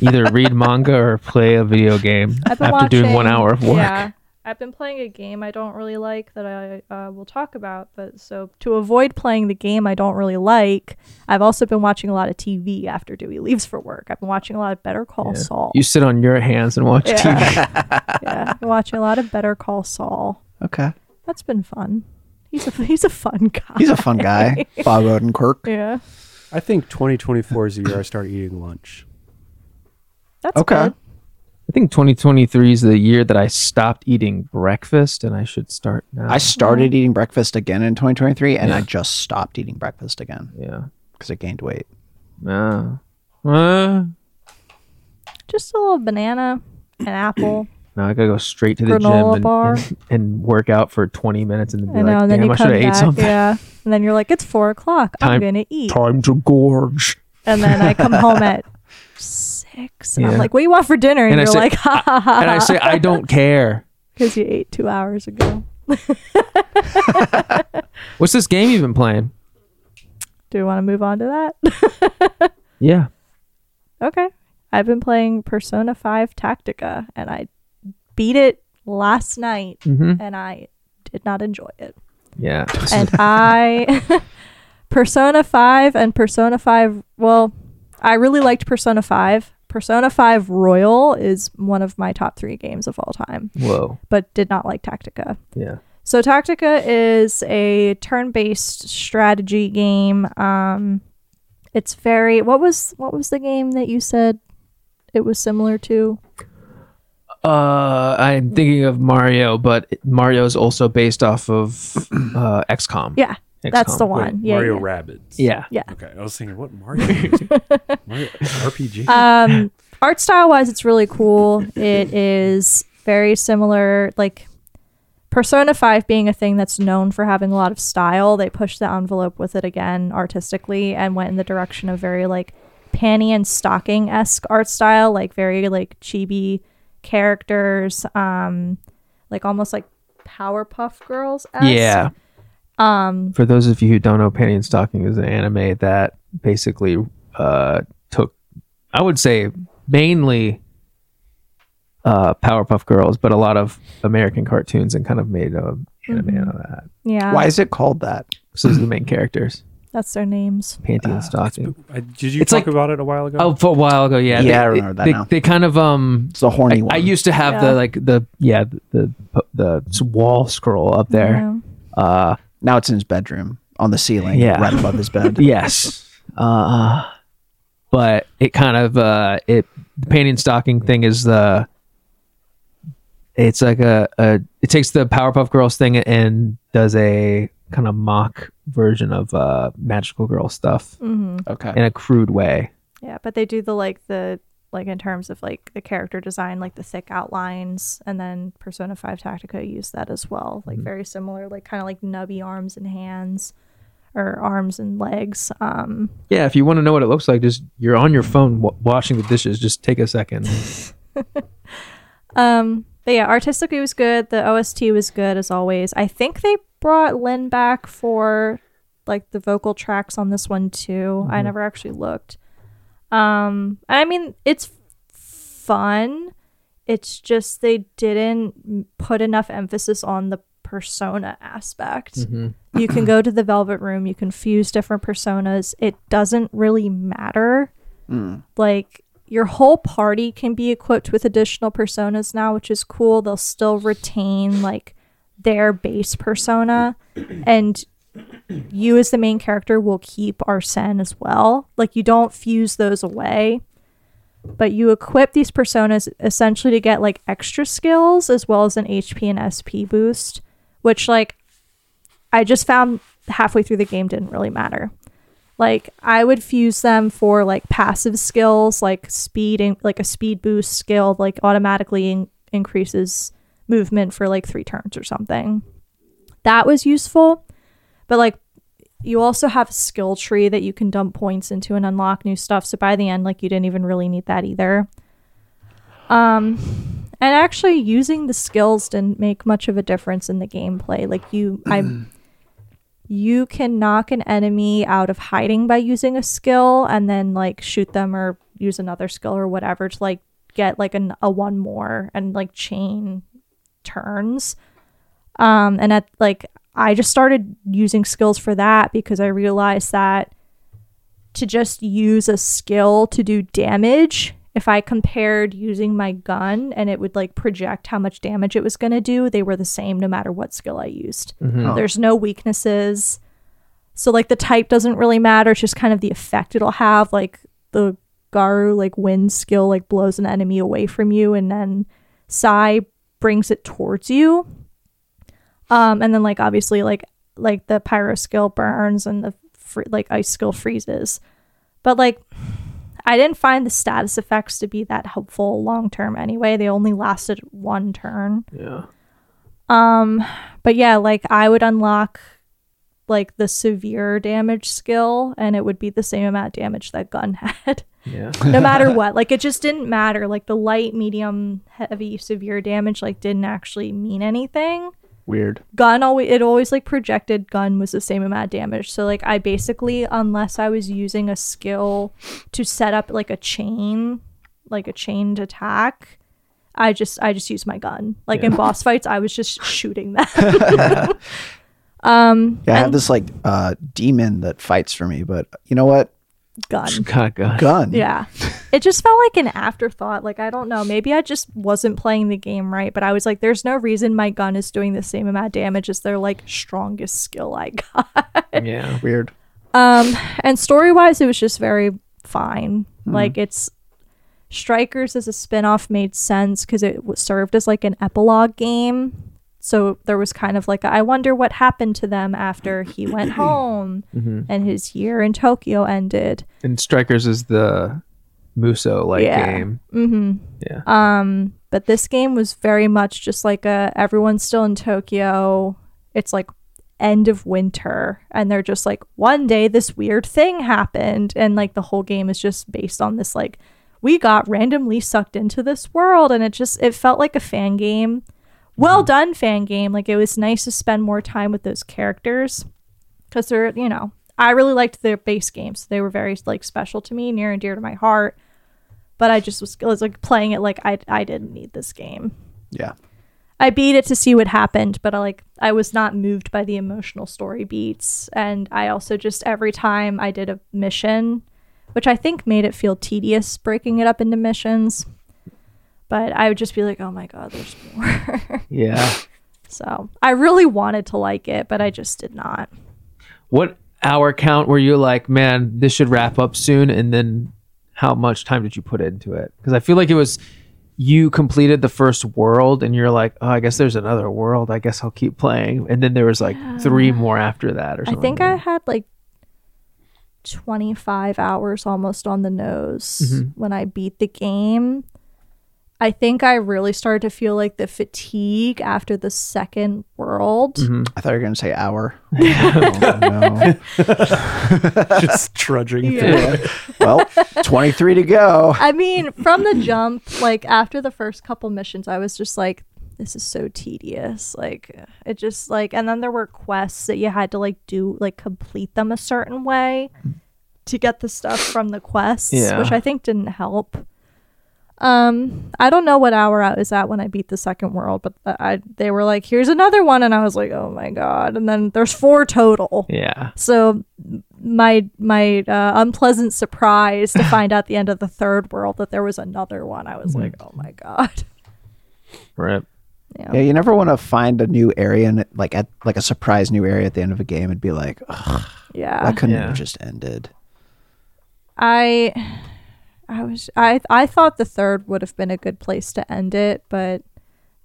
S1: either read manga or play a video game
S4: I've been
S1: after
S4: watching,
S1: doing one hour of work.
S4: Yeah, I've been playing a game I don't really like that I uh, will talk about. But so to avoid playing the game I don't really like, I've also been watching a lot of TV after Dewey leaves for work. I've been watching a lot of Better Call Saul.
S1: You sit on your hands and watch TV.
S4: yeah. yeah, I've been watching a lot of Better Call Saul.
S2: Okay.
S4: That's been fun. He's a he's a fun guy.
S2: He's a fun guy, Bob Odenkirk.
S4: yeah.
S3: I think 2024 is the year I start eating lunch.
S4: That's
S2: Okay.
S4: Good.
S1: I think 2023 is the year that I stopped eating breakfast and I should start now.
S2: I started eating breakfast again in 2023, and I just stopped eating breakfast again
S1: yeah.
S2: because I gained weight.
S1: Uh, uh,
S4: Just a little banana, an apple,
S1: No, I gotta go straight to the
S4: Granola
S1: gym
S4: bar.
S1: and, and, and work out for 20 minutes and then be
S4: I know,
S1: like,
S4: and then
S1: damn,
S4: you
S1: I
S4: come
S1: should have
S4: back,
S1: ate something.
S4: yeah, and then you're like, it's four o'clock.
S1: Time-
S4: I'm gonna eat,
S1: Time to gorge.
S4: and then I come home at six, and
S1: Yeah.
S4: I'm like, what do you want for dinner? And,
S1: And I
S4: you're
S1: say-
S4: like, ha ha ha,
S1: And I say, I don't care.
S4: because you ate two hours ago.
S1: What's this game you've been playing?
S4: Do we want to move on to that?
S1: Yeah.
S4: okay, I've been playing Persona Five Tactica, and I beat it last night,
S1: Mm-hmm.
S4: and I did not enjoy it.
S1: Yeah.
S4: and I Persona 5 and Persona 5 well I really liked Persona 5. Persona 5 Royal is one of my top 3 games of all time,
S1: Whoa.
S4: but did not like Tactica.
S1: Yeah.
S4: So Tactica is a turn-based strategy game. Um it's very what was what was the game that you said it was similar to?
S1: Uh, I'm thinking of Mario, but Mario is also based off of uh, XCOM.
S4: Yeah, that's
S1: XCOM.
S4: the
S3: Wait,
S4: one. yeah.
S3: Mario
S4: yeah.
S3: Rabbids.
S1: Yeah.
S3: Okay, I was thinking, what Mario? is it? Mario RPG.
S4: um, art style wise, it's really cool. It is very similar, like Persona 5 being a thing that's known for having a lot of style. They pushed the envelope with it again artistically and went in the direction of very like panty and stocking esque art style, like very like chibi characters, um, like almost like Powerpuff Girls.
S1: Yeah.
S4: Um,
S1: For those of you who don't know, Panty and Stocking is an anime that basically uh, took, I would say, mainly uh, Powerpuff Girls, but a lot of American cartoons and kind of made a anime
S4: Mm-hmm.
S1: out of that.
S4: yeah.
S2: Why is it called that?
S1: So these are the main characters,
S4: That's their names.
S1: Panty and Stocking.
S3: I- did you
S1: It's like-
S3: talk about it a while ago?
S1: Oh, for a while ago, yeah.
S2: Yeah,
S1: they-
S2: I remember that
S1: they,
S2: now.
S1: They kind of um
S2: It's a horny
S1: I,
S2: one.
S1: I used to have
S4: Yeah.
S1: the like the yeah the the, the s- wall scroll up there.
S4: Yeah.
S1: Uh,
S2: now it's in his bedroom on the ceiling,
S1: Yeah.
S2: right above his bed.
S1: yes. Uh, but it kind of uh it the painting stocking thing is the it's like a, a it takes the Powerpuff Girls thing and does a kind of mock version of uh magical girl stuff
S4: hmm
S2: Okay.
S1: in a crude way.
S4: Yeah, but they do the like the like in terms of like the character design, like the thick outlines, and then Persona Five Tactica used that as well. Like very similar, like kind of like nubby arms and hands, or arms and legs. Um,
S1: Yeah, if you want to know what it looks like, just you're on your phone w- washing the dishes. Just take a second.
S4: um, but yeah, artistically it was good. The OST was good as always. I think they brought Lynn back for like the vocal tracks on this one too. I never actually looked. Um, I mean, it's fun. It's just they didn't m- put enough emphasis on the persona aspect.
S1: Mm-hmm.
S4: You can go to the Velvet Room, you can fuse different personas. It doesn't really matter. Like, your whole party can be equipped with additional personas now, which is cool. They'll still retain, like, their base persona. And you, as the main character, will keep Arsene as well. Like, you don't fuse those away but you equip these personas essentially to get like extra skills as well as an HP and SP boost, which like I just found halfway through the game didn't really matter. Like I would fuse them for like passive skills, like speed and like a speed boost skill, like automatically in- increases movement for like three turns or something. That was useful, but like you also have a skill tree that you can dump points into and unlock new stuff. So by the end, like you didn't even really need that either. Um, and actually, using the skills didn't make much of a difference in the gameplay. Like you, I, you can knock an enemy out of hiding by using a skill, and then like shoot them or use another skill or whatever to like get like an, a one more and like chain turns. Um, and at like I just started using skills for that because I realized that to just use a skill to do damage, if I compared using my gun and it would like project how much damage it was going to do, they were the same no matter what skill I used.
S1: Mm-hmm.
S2: Oh.
S4: There's no weaknesses. So like the type doesn't really matter, it's just kind of the effect it'll have like the Garu like wind skill like blows an enemy away from you and then Sai brings it towards you. Um, and then like obviously like like the pyro skill burns and the fr- like ice skill freezes, but like I didn't find the status effects to be that helpful long term anyway. They only lasted one turn.
S1: Yeah.
S4: Um, but yeah, like I would unlock like the severe damage skill and it would be the same amount of damage that gun had.
S1: Yeah.
S4: no matter what. Like it just didn't matter. Like the light, medium, heavy, severe damage like didn't actually mean anything.
S2: Weird.
S4: Gun always it always like projected gun was the same amount of damage. So like I basically unless I was using a skill to set up like a chain, like a chained attack, I just I just used my gun. Like in boss fights, I was just shooting that. um
S2: Yeah, I have
S4: and
S2: this like uh demon that fights for me, but you know what?
S4: gun.
S1: Kind of gun.
S2: Gun.
S4: Yeah. It just felt like an afterthought. Like, I don't know. Maybe I just wasn't playing the game right, but I was like, there's no reason my gun is doing the same amount of damage as their like strongest skill I got.
S1: Yeah.
S2: Weird.
S4: Um, and story wise, it was just very fine. Like, it's Strikers as a spin off made sense because it w- served as like an epilogue game. So there was kind of like, a, I wonder what happened to them after he went home and his year in Tokyo ended.
S1: And Strikers is the Muso like
S4: Yeah.
S1: game.
S4: Mm-hmm.
S1: Yeah.
S4: Um, but this game was very much just like a everyone's still in Tokyo. It's like end of winter, and they're just like one day this weird thing happened, and like the whole game is just based on this like we got randomly sucked into this world, and it just it felt like a fan game. Well done fan game. Like it was nice to spend more time with those characters because they're you know I really liked their base games. They were very like special to me, near and dear to my heart but I just was, was like playing it like I I didn't need this game.
S2: Yeah.
S4: I beat it to see what happened, but I like I was not moved by the emotional story beats, and I also just every time I did a mission, which I think made it feel tedious breaking it up into missions. But I would just be like, oh my god, there's more.
S1: Yeah.
S4: so I really wanted to like it, but I just did not.
S1: What hour count were you like, man, this should wrap up soon? And then how much time did you put into it? Because I feel like it was you completed the first world and you're like, oh, I guess there's another world. I guess I'll keep playing. And then there was like three more after that or
S4: I
S1: something.
S4: think I
S1: like
S4: had like 25 hours almost on the nose
S1: Mm-hmm.
S4: when I beat the game. I think I really started to feel like the fatigue after the second world.
S1: Mm-hmm.
S2: I thought you were gonna say hour. oh, no.
S3: Oh, just trudging. through.
S4: Yeah.
S2: Well, twenty three to go.
S4: I mean, from the jump, like after the first couple missions, I was just like, this is so tedious. Like, it just like, and then there were quests that you had to like do, like complete them a certain way to get the stuff from the quests,
S1: Yeah.
S4: which I think didn't help. Um, I don't know what hour I was at when I beat the second world, but uh, I they were like, here's another one, and I was like, oh my god, and then there's four total.
S1: that. Yeah.
S4: So m- my my uh, unpleasant surprise to find out the end of the third world that there was another one. I was like, oh my god.
S1: Right.
S4: Yeah.
S2: Yeah, you never want to find a new area and it- like at like a surprise new area at the end of a game and be like, Ugh,
S4: Uh, Yeah.
S2: that couldn't
S1: Yeah.
S2: have just ended.
S4: I I was I I thought the third would have been a good place to end it, but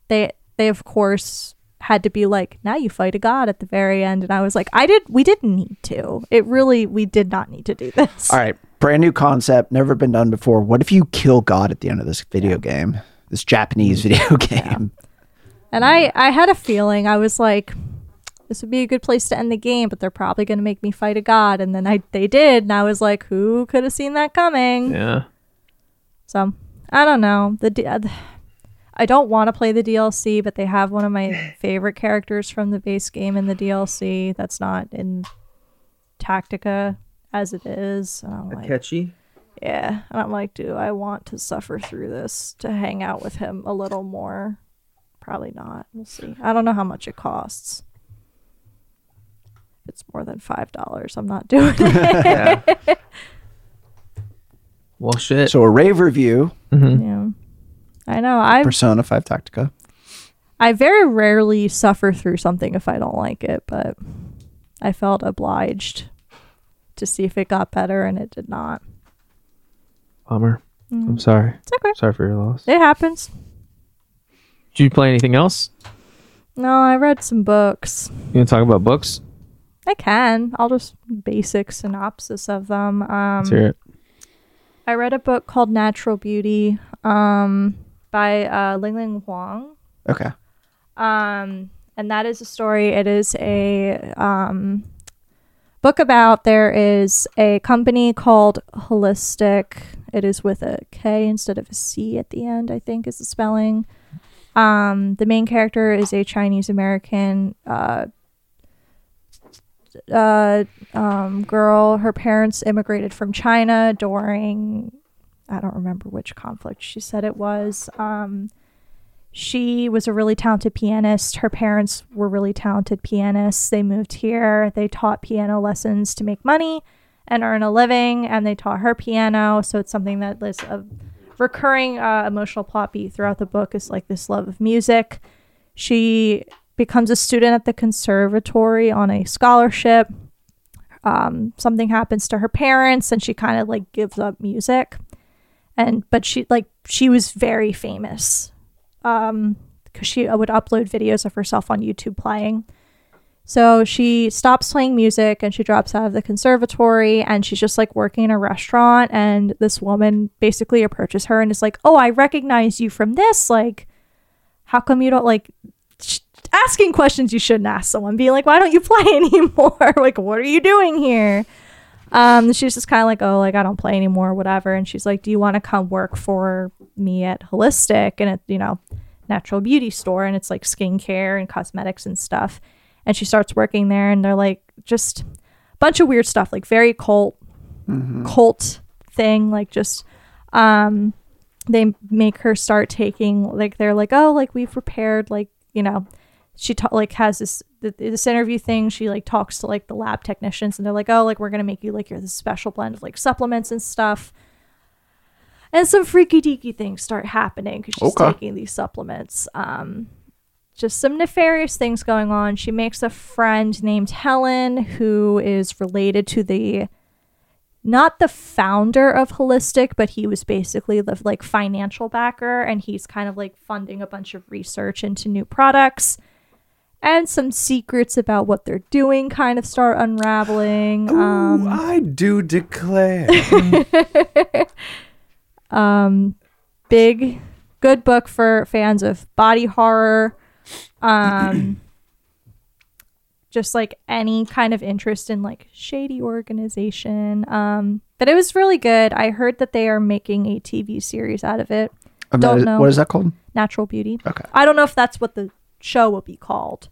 S4: they they of course had to be like now you fight a god at the very end and I was like I did we didn't need to. It really we did not need to do this.
S2: All right, brand new concept, never been done before. What if you kill God at the end of this video game? This Japanese video game.
S4: And I, I had a feeling I was like, this would be a good place to end the game, but they're probably going to make me fight a god. And then I, they did, and I was like, who could have seen that coming?
S1: Yeah.
S4: So I don't know. The, D- uh, the I don't want to play the DLC, but they have one of my favorite characters from the base game in the DLC that's not in Tactica as it is. And I'm like,
S1: Catchy.
S4: yeah. And I'm like, do I want to suffer through this to hang out with him a little more? Probably not. We'll see. I don't know how much it costs. If it's more than five dollars, I'm not doing it.
S1: Yeah. well, shit. Mm-hmm.
S2: So a rave review,
S4: yeah. I know. I
S2: Persona Five Tactica.
S4: I very rarely suffer through something if I don't like it, but I felt obliged to see if it got better, and it did not.
S1: Bummer. I'm sorry.
S4: It's okay.
S1: Sorry for your loss.
S4: It happens.
S1: Did you play anything else?
S4: No, I read some books.
S1: You want to talk about books?
S4: I can. I'll just basic synopsis of them. Um,
S1: Let's hear it.
S4: I read a book called Natural Beauty um, by uh, Ling Ling Huang.
S2: Okay.
S4: Um, and that is a story. It is a um, book about there is a company called Holistic. It is with a K instead of a C at the end, I think is the spelling. Um, the main character is a Chinese American uh, uh, um, girl. Her parents immigrated from China during, I don't remember which conflict she said it was. Um, she was a really talented pianist. Her parents were really talented pianists. They moved here. They taught piano lessons to make money and earn a living, and they taught her piano. So it's something that is a recurring uh, emotional plot beat throughout the book is like this love of music. She becomes a student at the conservatory on a scholarship. Um, something happens to her parents, and she kind of like gives up music. And but she like she was very famous um because she would upload videos of herself on YouTube playing. So she stops playing music and she drops out of the conservatory and she's just like working in a restaurant and this woman basically approaches her and is like, "Oh, I recognize you from this. Like, how come you don't like sh- asking questions you shouldn't ask someone? Being like, "Why don't you play anymore? like, what are you doing here?" Um, she's just kind of like, "Oh, like I don't play anymore, whatever." And she's like, "Do you want to come work for me at Holistic and at, you know, natural beauty store and it's like skincare and cosmetics and stuff. And she starts working there and they're like just bunch of weird stuff, like very cult cult thing, like just um they make her start taking like they're like, "Oh, like we've repaired like, you know, she ta- like has this th- this interview thing. She like talks to like the lab technicians and they're like, "Oh, like we're going to make you like your this special blend of like supplements and stuff." and some freaky deaky things start happening because she's
S2: Okay.
S4: taking these supplements. Um, just some nefarious things going on. She makes a friend named Helen who is related to the not the founder of Holistic, but he was basically the like financial backer and he's kind of like funding a bunch of research into new products and some secrets about what they're doing kind of start unraveling. um
S5: I do declare.
S4: um big good book for fans of body horror um just like any kind of interest in like shady organization um but it was really good i heard that they are making a tv series out of it
S2: And
S4: Don't
S2: that is-
S4: know.
S2: What is that called?
S4: natural beauty
S2: Okay.
S4: i don't know if that's what the show will be called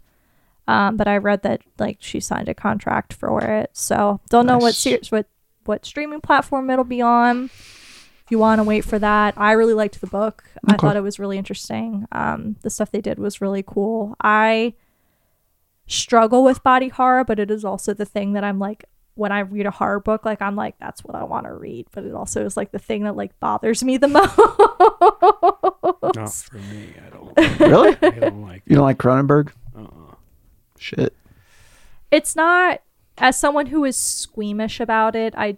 S4: um but i read that like she signed a contract for it so don't know what
S2: Nice.
S4: series what what streaming platform it'll be on if you want to wait for that i really liked the book i
S2: Okay.
S4: thought it was really interesting um the stuff they did was really cool i struggle with body horror but it is also the thing that i'm like when i read a horror book like i'm like that's what i want to read but it also is like the thing that like bothers me the most
S3: Not for me. I don't.
S2: Really?
S3: I don't like.
S2: You don't like Cronenberg? Shit.
S4: it's not as someone who is squeamish about it i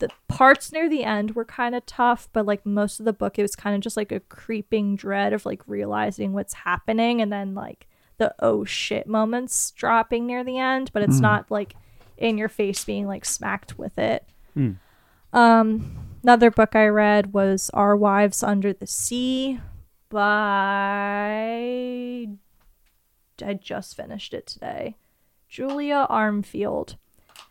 S4: the parts near the end were kind of tough but like most of the book it was kind of just like a creeping dread of like realizing what's happening and then like the oh shit moments dropping near the end but it's not like in your face being like smacked with it
S3: Mm.
S4: um another book i read was our wives under the sea by i just finished it today Julia Armfield.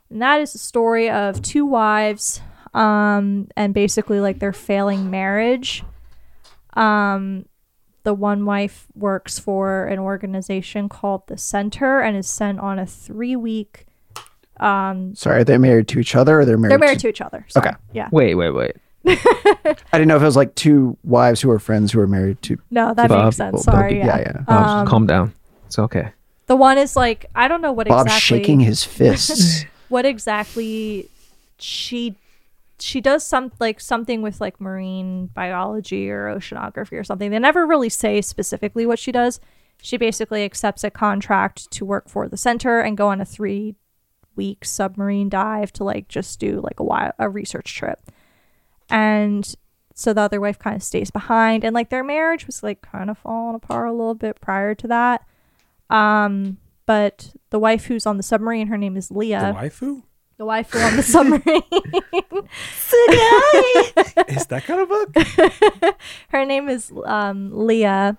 S4: And that is the story of two wives um, and basically like their failing marriage. Um, the one wife works for an organization called the Center and is sent on a three week. Um,
S2: Sorry, are they married to each other or they're married?
S4: they're married to each other. sorry.
S2: Okay.
S4: Yeah.
S1: Wait, wait, wait.
S2: I didn't know if it was like two wives who were friends who were married to.
S4: No, that
S1: Bob-
S4: makes sense. Sorry.
S2: yeah,
S4: Yeah.
S2: yeah.
S1: Oh,
S4: um,
S1: just calm down. It's okay.
S4: The one is like I don't know what
S2: Bob's
S4: exactly.
S2: shaking his fists.
S4: what exactly she she does some like something with like marine biology or oceanography or something. They never really say specifically what she does. She basically accepts a contract to work for the center and go on a three week submarine dive to like just do like a while a research trip. And so the other wife kind of stays behind and like their marriage was like kind of falling apart a little bit prior to that. Um but the wife who's on the submarine, her name is Leah
S3: The waifu?
S4: The waifu on the submarine.
S3: Is that kind of book?
S4: her name is um, Leah.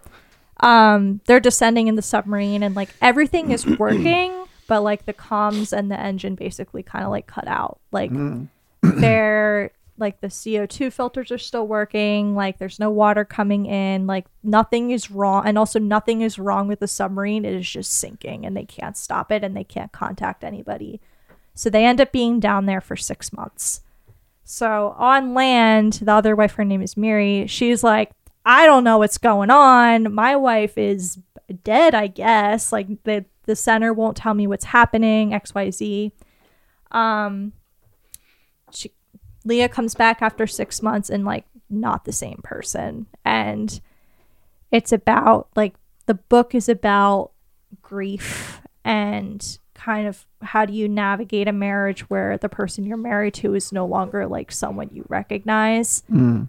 S4: Um, they're descending in the submarine, and like everything is working, but like the comms and the engine basically kind of like cut out. Like they're like the CO two filters are still working. Like there's no water coming in. Like nothing is wrong, and also nothing is wrong with the submarine. It is just sinking, and they can't stop it, and they can't contact anybody. So they end up being down there for six months. So on land, the other wife, her name is Mary, she's like, I don't know what's going on. My wife is dead, I guess. Like the the center won't tell me what's happening, XYZ. Um she, Leah comes back after six months and like not the same person. And it's about like the book is about grief and kind of how do you navigate a marriage where the person you're married to is no longer like someone you recognize.
S2: Hmm.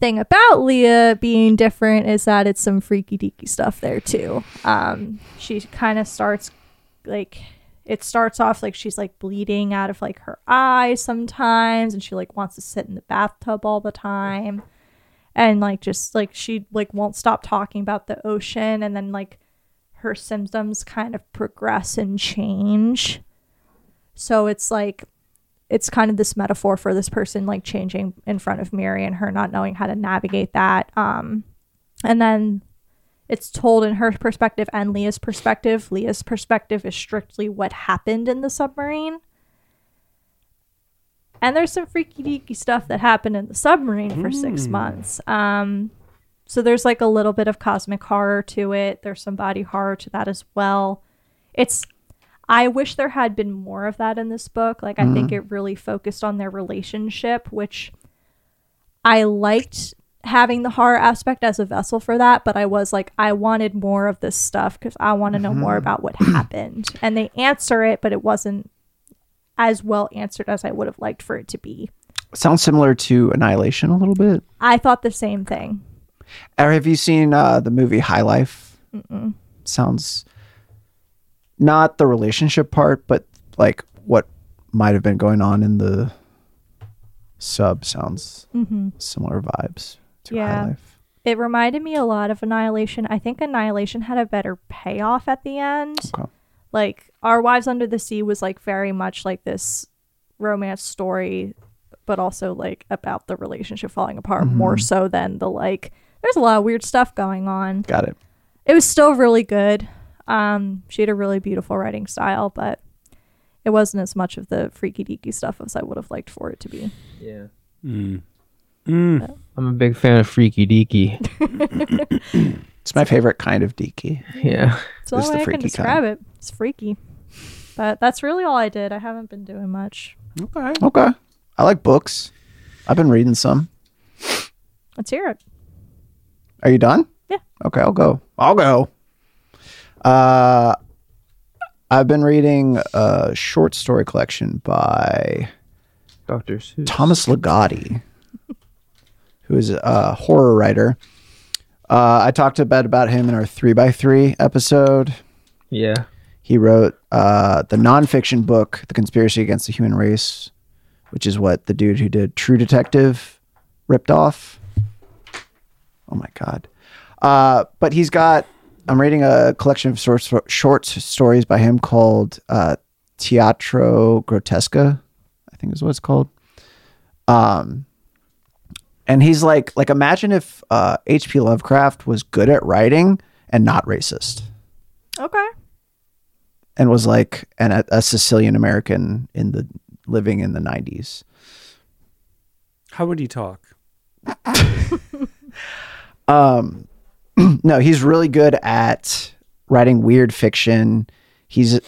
S4: Thing about Leah being different is that it's some freaky deaky stuff there too. Um, she kind of starts like it starts off like she's like bleeding out of like her eye sometimes, and she like wants to sit in the bathtub all the time and like just like she like won't stop talking about the ocean and then like her symptoms kind of progress and change so it's like it's kind of this metaphor for this person like changing in front of mary and her not knowing how to navigate that um and then it's told in her perspective and leah's perspective leah's perspective is strictly what happened in the submarine and there's some freaky deaky stuff that happened in the submarine for six months. Um, so there's like a little bit of cosmic horror to it. There's some body horror to that as well. It's I wish there had been more of that in this book. Like I think it really focused on their relationship, which I liked having the horror aspect as a vessel for that, but I was like I wanted more of this stuff cuz I want to know more about what happened. And they answer it, but it wasn't as well answered as I would have liked for it to be.
S2: Sounds similar to Annihilation a little bit.
S4: I thought the same thing.
S2: Or have you seen uh, the movie High Life? Sounds not the relationship part, but like what might have been going on in the sub sounds
S4: Mm-hmm.
S2: similar vibes to
S4: Yeah.
S2: High Life.
S4: It reminded me a lot of Annihilation. I think Annihilation had a better payoff at the end.
S2: Okay.
S4: Like Our Wives Under the Sea was like very much like this romance story, but also like about the relationship falling apart more so than the like there's a lot of weird stuff going on.
S2: Got it.
S4: It was still really good. Um, she had a really beautiful writing style, but it wasn't as much of the freaky deaky stuff as I would have liked for it to be.
S1: Yeah.
S3: Hmm. Mm.
S1: I'm a big fan of freaky deaky.
S2: It's my favorite kind of deaky.
S1: Yeah.
S4: It's the only
S2: Just the
S4: way I can
S2: freaky
S4: describe it. It's freaky. But that's really all I did. I haven't been doing much.
S3: Okay.
S2: Okay. I like books. I've been reading some.
S4: Let's hear it.
S2: Are you done?
S4: Yeah.
S2: Okay, I'll go. I'll go. Uh, I've been reading a short story collection by
S1: Doctor Seuss.
S2: Thomas Ligotti, who is a horror writer. Uh, I talked a bit about him in our three by three episode.
S1: Yeah.
S2: He wrote uh, the nonfiction book, The Conspiracy Against the Human Race, which is what the dude who did True Detective ripped off. Oh my God. Uh, but he's got, I'm reading a collection of short, short stories by him called uh, Teatro Grotesca, I think is what it's called. Um, and he's like, like imagine if uh, H.P. Lovecraft was good at writing and not racist
S4: Okay.
S2: and was like an, a, a Sicilian American in the living in the 90s.
S3: How would he talk?
S2: Um, No, he's really good at writing weird fiction. He's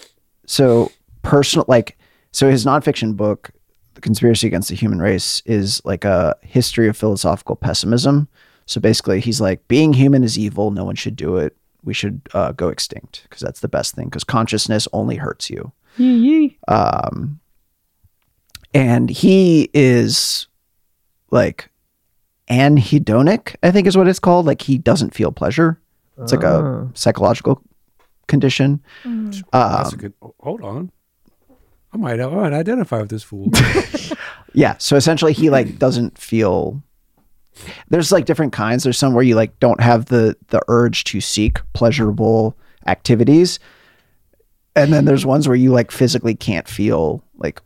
S2: so personal, like, so his nonfiction book, The Conspiracy Against the Human Race, is like a history of philosophical pessimism. So basically, he's like, being human is evil. No one should do it. We should uh, go extinct because that's the best thing because consciousness only hurts you. Um, and he is like anhedonic i think is what it's called like he doesn't feel pleasure it's like
S1: Oh.
S4: Hmm.
S2: a psychological condition Um,
S3: That's a good. oh, Hold on. I might, I might identify with this fool.
S2: Yeah. So essentially, he like doesn't feel. There's like different kinds. There's some where you like don't have the the urge to seek pleasurable activities, and then there's ones where you like physically can't feel like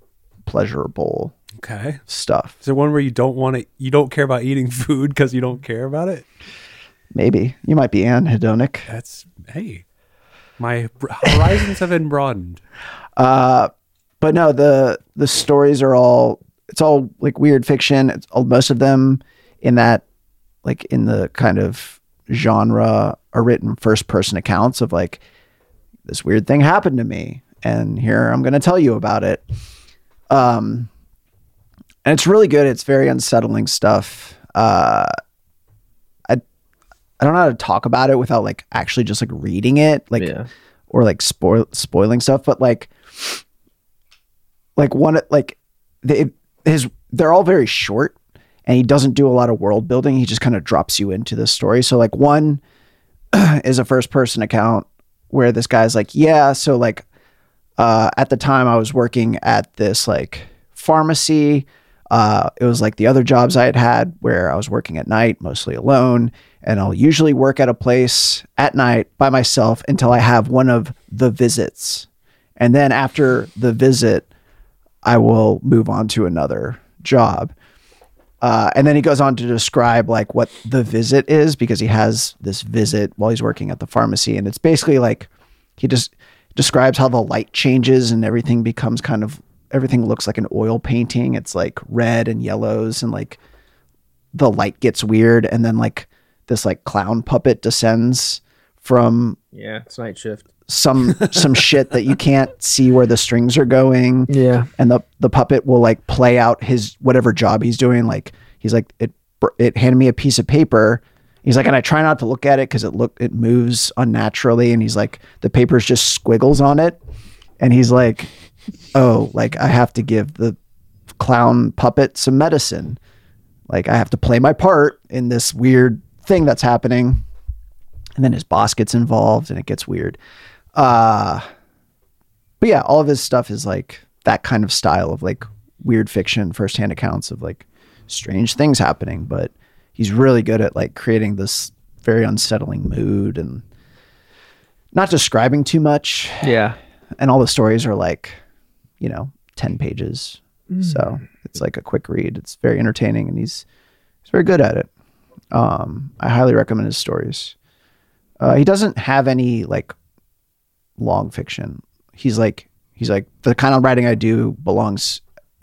S2: pleasurable
S3: okay.
S2: stuff.
S3: Is there one where you don't want to, you don't care about eating food because you don't care about it?
S2: Maybe you might be anhedonic.
S3: That's, hey, my br- horizons have been broadened.
S2: Uh, but no the the stories are all it's all like weird fiction it's all, most of them in that like in the kind of genre are written first person accounts of like this weird thing happened to me and here i'm going to tell you about it um and it's really good it's very unsettling stuff uh i i don't know how to talk about it without like actually just like reading it like
S1: Yeah.
S2: or like spoil spoiling stuff but like like one like they, his they're all very short and he doesn't do a lot of world building he just kind of drops you into the story so like one is a first person account where this guy's like yeah so like uh at the time i was working at this like pharmacy uh it was like the other jobs i had had where i was working at night mostly alone and i'll usually work at a place at night by myself until i have one of the visits and then after the visit I will move on to another job. Uh, and then he goes on to describe like what the visit is because he has this visit while he's working at the pharmacy, and it's basically like he just describes how the light changes and everything becomes kind of everything looks like an oil painting. It's like red and yellows and like the light gets weird, and then like this like clown puppet descends from
S1: Yeah, it's night shift.
S2: some some shit that you can't see where the strings are going
S1: Yeah.
S2: and the the puppet will like play out his whatever job he's doing. Like he's like it it handed me a piece of paper. He's like, and I try not to look at it because it look it moves unnaturally, and he's like, the paper's just squiggles on it, and he's like, oh, like I have to give the clown puppet some medicine, like I have to play my part in this weird thing that's happening, and then his boss gets involved, and it gets weird. Uh, but yeah, all of his stuff is like that kind of style of like weird fiction, firsthand accounts of like strange things happening. But he's really good at like creating this very unsettling mood and not describing too much.
S1: Yeah.
S2: And all the stories are like, you know, 10 pages. So it's like a quick read. It's very entertaining and he's, he's very good at it. Um, I highly recommend his stories. Uh, he doesn't have any like long fiction. He's like he's like the kind of writing I do belongs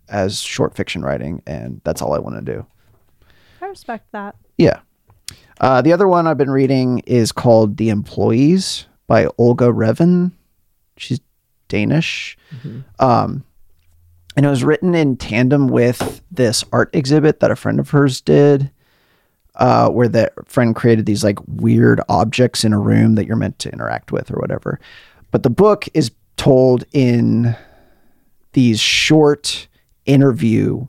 S2: as short fiction writing, and that's all I want to do.
S4: I respect that.
S2: Yeah. Uh, the other one I've been reading is called The Employees by Olga Revin. She's Danish. Um, and it was written in tandem with this art exhibit that a friend of hers did, uh, where that friend created these like weird objects in a room that you're meant to interact with or whatever. But the book is told in these short interview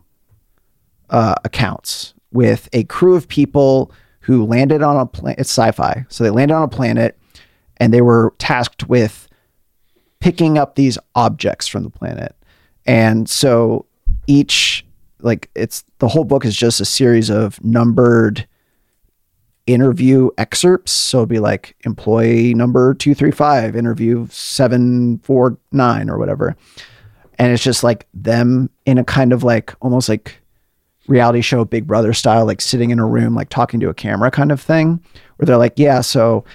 S2: uh, accounts with a crew of people who landed on a planet. It's sci-fi, so they landed on a planet, and they were tasked with picking up these objects from the planet. And so each, like, it's the whole book is just a series of numbered interview excerpts. So it'll be like employee number two three five, interview seven four nine, or whatever. And it's just like them in a kind of like almost like reality show big brother style like sitting in a room like talking to a camera kind of thing where they're like yeah so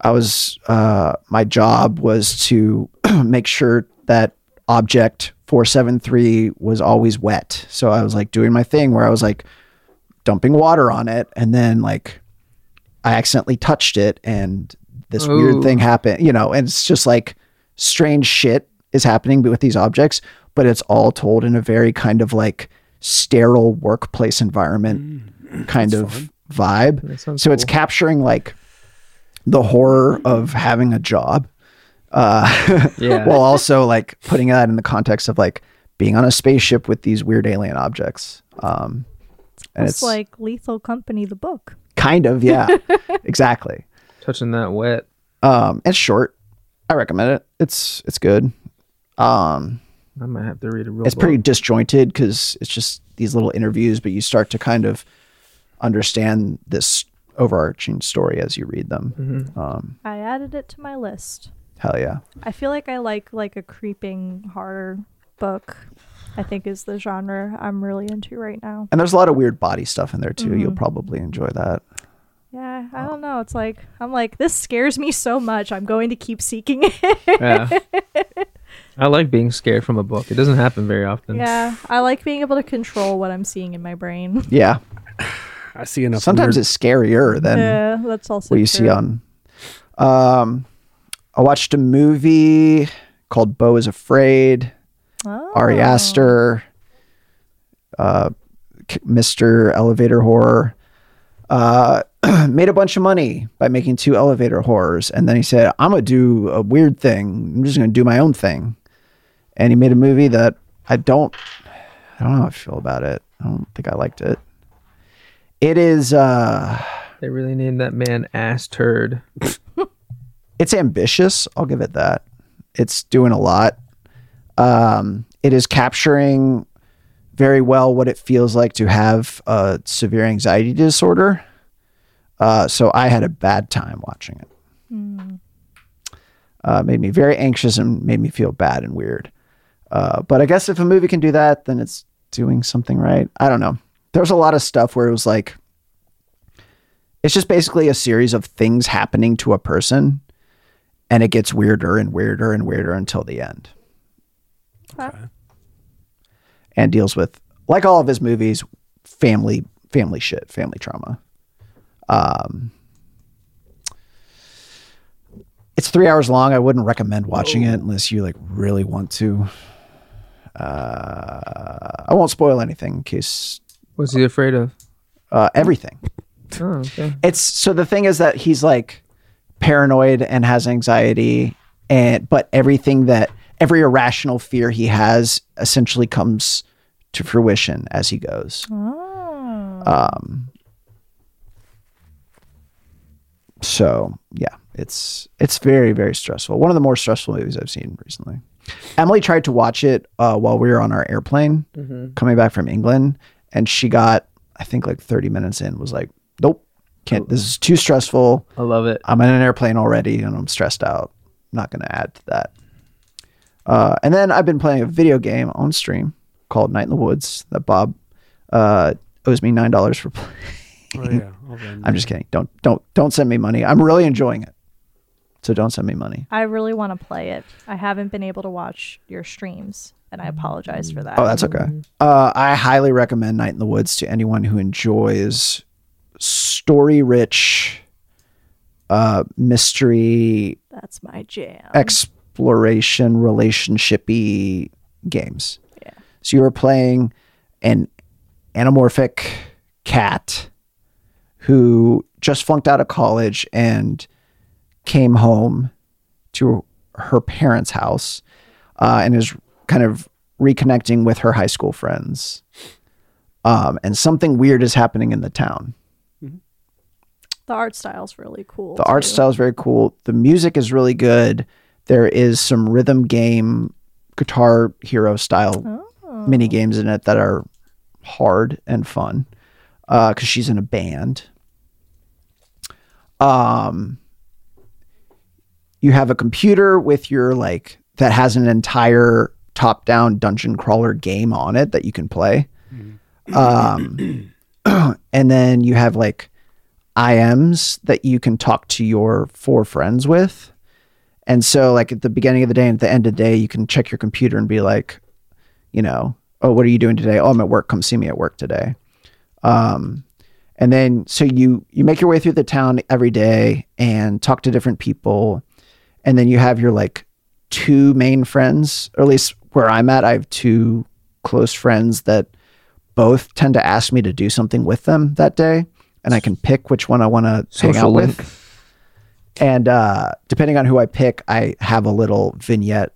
S2: i was uh my job was to make sure that object 473 was always wet so i was like doing my thing where i was like dumping water on it and then like i accidentally touched it and this
S1: Ooh.
S2: weird thing happened you know and it's just like strange shit is happening with these objects but it's all told in a very kind of like sterile workplace environment kind of vibe
S1: That
S2: so
S1: sounds
S2: it's capturing like the horror of having a job uh
S1: Yeah.
S2: while also like putting that in the context of like being on a spaceship with these weird alien objects um and
S4: It's,
S2: it's like
S4: like Lethal Company, the book.
S2: kind of yeah exactly
S1: Touching that wet.
S2: um it's short i recommend it it's it's good um
S1: I might have to read a real.
S2: it's pretty disjointed because it's just these little interviews, but you start to kind of understand this overarching story as you read them.
S1: Mm-hmm. Mm.
S2: Um,
S4: I added it to my list.
S2: hell yeah.
S4: I feel like I like like a creeping horror book. I think is the genre I'm really into right now.
S2: And there's a lot of weird body stuff in there too. You'll
S4: Mm-hmm.
S2: probably enjoy that.
S4: Yeah,
S2: Oh.
S4: I don't know. It's like I'm like this scares me so much. I'm going to keep seeking it.
S1: Yeah. I like being scared from a book. It doesn't happen very often.
S4: yeah, I like being able to control what I'm seeing in my brain.
S2: Yeah.
S3: I see enough.
S2: Sometimes
S3: weird-
S2: it's scarier than
S4: Yeah, that's also
S2: what you see
S4: true.
S2: on. Um, I watched a movie called Bo is Afraid.
S4: Oh.
S2: Ari Aster, uh, K- Mr. Elevator Horror, uh, made a bunch of money by making two elevator horrors. And then he said, I'm going to do a weird thing. I'm just going to do my own thing. And he made a movie that I don't, I don't know how I feel about it. I don't think I liked it. It is, uh,
S1: They really named that man Ass Turd.
S2: it's ambitious. I'll give it that. It's doing a lot. Um, it is capturing very well what it feels like to have a severe anxiety disorder. Uh, so I had a bad time watching it. Uh, made me very anxious and made me feel bad and weird. Uh, but I guess if a movie can do that, then it's doing something right. I don't know. There's a lot of stuff where it was like, it's just basically a series of things happening to a person and it gets weirder and weirder and weirder until the end and deals with like all of his movies family family shit family trauma um it's three hours long i wouldn't recommend watching it unless you like really want to uh i won't spoil anything in case
S1: What's he afraid of?
S2: uh everything
S1: Oh, okay.
S2: it's so the thing is that he's like paranoid and has anxiety and but everything that every irrational fear he has essentially comes to fruition as he goes
S4: Oh.
S2: um so yeah it's it's very very stressful one of the more stressful movies i've seen recently emily tried to watch it uh, while we were on our airplane coming back from england and she got i think like 30 minutes in was like nope can't this is too stressful
S1: I love it.
S2: I'm in an airplane already and I'm stressed out. I'm not going to add to that. Uh, and then I've been playing a video game on stream called Night in the Woods that Bob uh, owes me nine dollars for playing.
S3: Oh, yeah. I'll lend
S2: I'm just kidding. Don't don't don't send me money. I'm really enjoying it, so don't send me money.
S4: I really want to play it. I haven't been able to watch your streams, and I apologize for that.
S2: Oh, that's okay. Uh, I highly recommend Night in the Woods to anyone who enjoys story-rich, uh, mystery,
S4: That's my jam.
S2: exploration relationshipy games. Yeah. So you were playing an anamorphic cat who just flunked out of college and came home to her parents' house uh, and is kind of reconnecting with her high school friends. Um, and something weird is happening in the town.
S4: the art style's really cool.
S2: The art
S4: too.
S2: style is very cool. The music is really good. There is some rhythm game, guitar hero style
S4: Oh.
S2: mini games in it that are hard and fun because she's in a band. Um, you have a computer with your like that has an entire top-down dungeon crawler game on it that you can play. Um, and then you have like IMs that you can talk to your four friends with. And so, like at the beginning of the day and at the end of the day, you can check your computer and be like, you know, oh, what are you doing today? Oh, I'm at work. Come see me at work today. Um, and then so you you make your way through the town every day and talk to different people, and then you have your like two main friends, or at least where I'm at, I have two close friends that both tend to ask me to do something with them that day, and I can pick which one I want to hang
S1: Social
S2: out
S1: link.
S2: with. And uh, depending on who I pick, I have a little vignette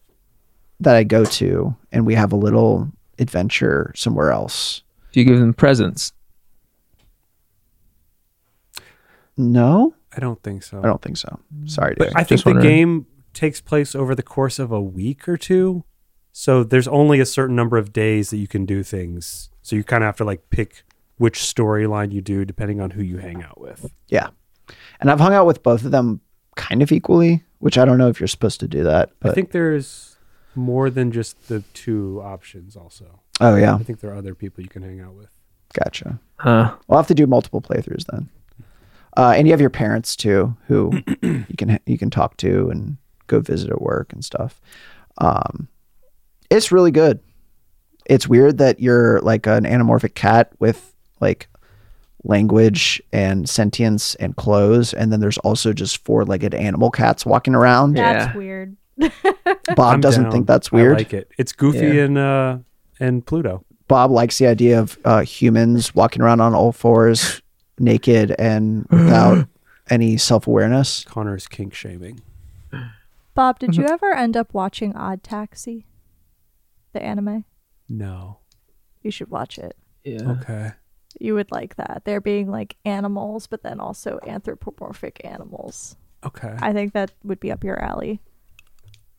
S2: that I go to, and we have a little adventure somewhere else.
S1: Do you give them presents?
S2: No,
S3: I don't think so.
S2: I don't think so. Sorry, dude.
S3: But I think
S1: Just
S3: the
S1: wondering.
S3: game takes place over the course of a week or two. So there's only a certain number of days that you can do things. So you kind of have to like pick which storyline you do depending on who you hang out with.
S2: Yeah. And I've hung out with both of them kind of equally, which I don't know if you're supposed to do that. But
S3: I think there's more than just the two options also.
S2: Oh yeah.
S3: I think there are other people you can hang out with.
S2: Gotcha.
S1: Huh.
S2: We'll have to do multiple playthroughs then. Uh, and you have your parents too, who you can you can talk to and go visit at work and stuff. Um, it's really good. It's weird that you're like an anamorphic cat with like language and sentience and clothes, and then there's also just four-legged animal cats walking around.
S1: Yeah.
S4: That's weird.
S2: Bob
S3: I'm
S2: doesn't
S3: down.
S2: think that's
S3: I
S2: weird.
S3: like it. It's goofy
S1: Yeah.
S3: and uh and Pluto.
S2: Bob likes the idea of uh, humans walking around on all fours, naked and without any self awareness.
S3: Connor's kink shaming.
S4: Bob, did
S2: Mm-hmm.
S4: you ever end up watching Odd Taxi? The anime?
S3: No.
S4: You should watch it.
S1: Yeah.
S3: Uh, Okay.
S4: You would like that. They're being like animals, but then also anthropomorphic animals.
S3: Okay.
S4: I think that would be up your alley.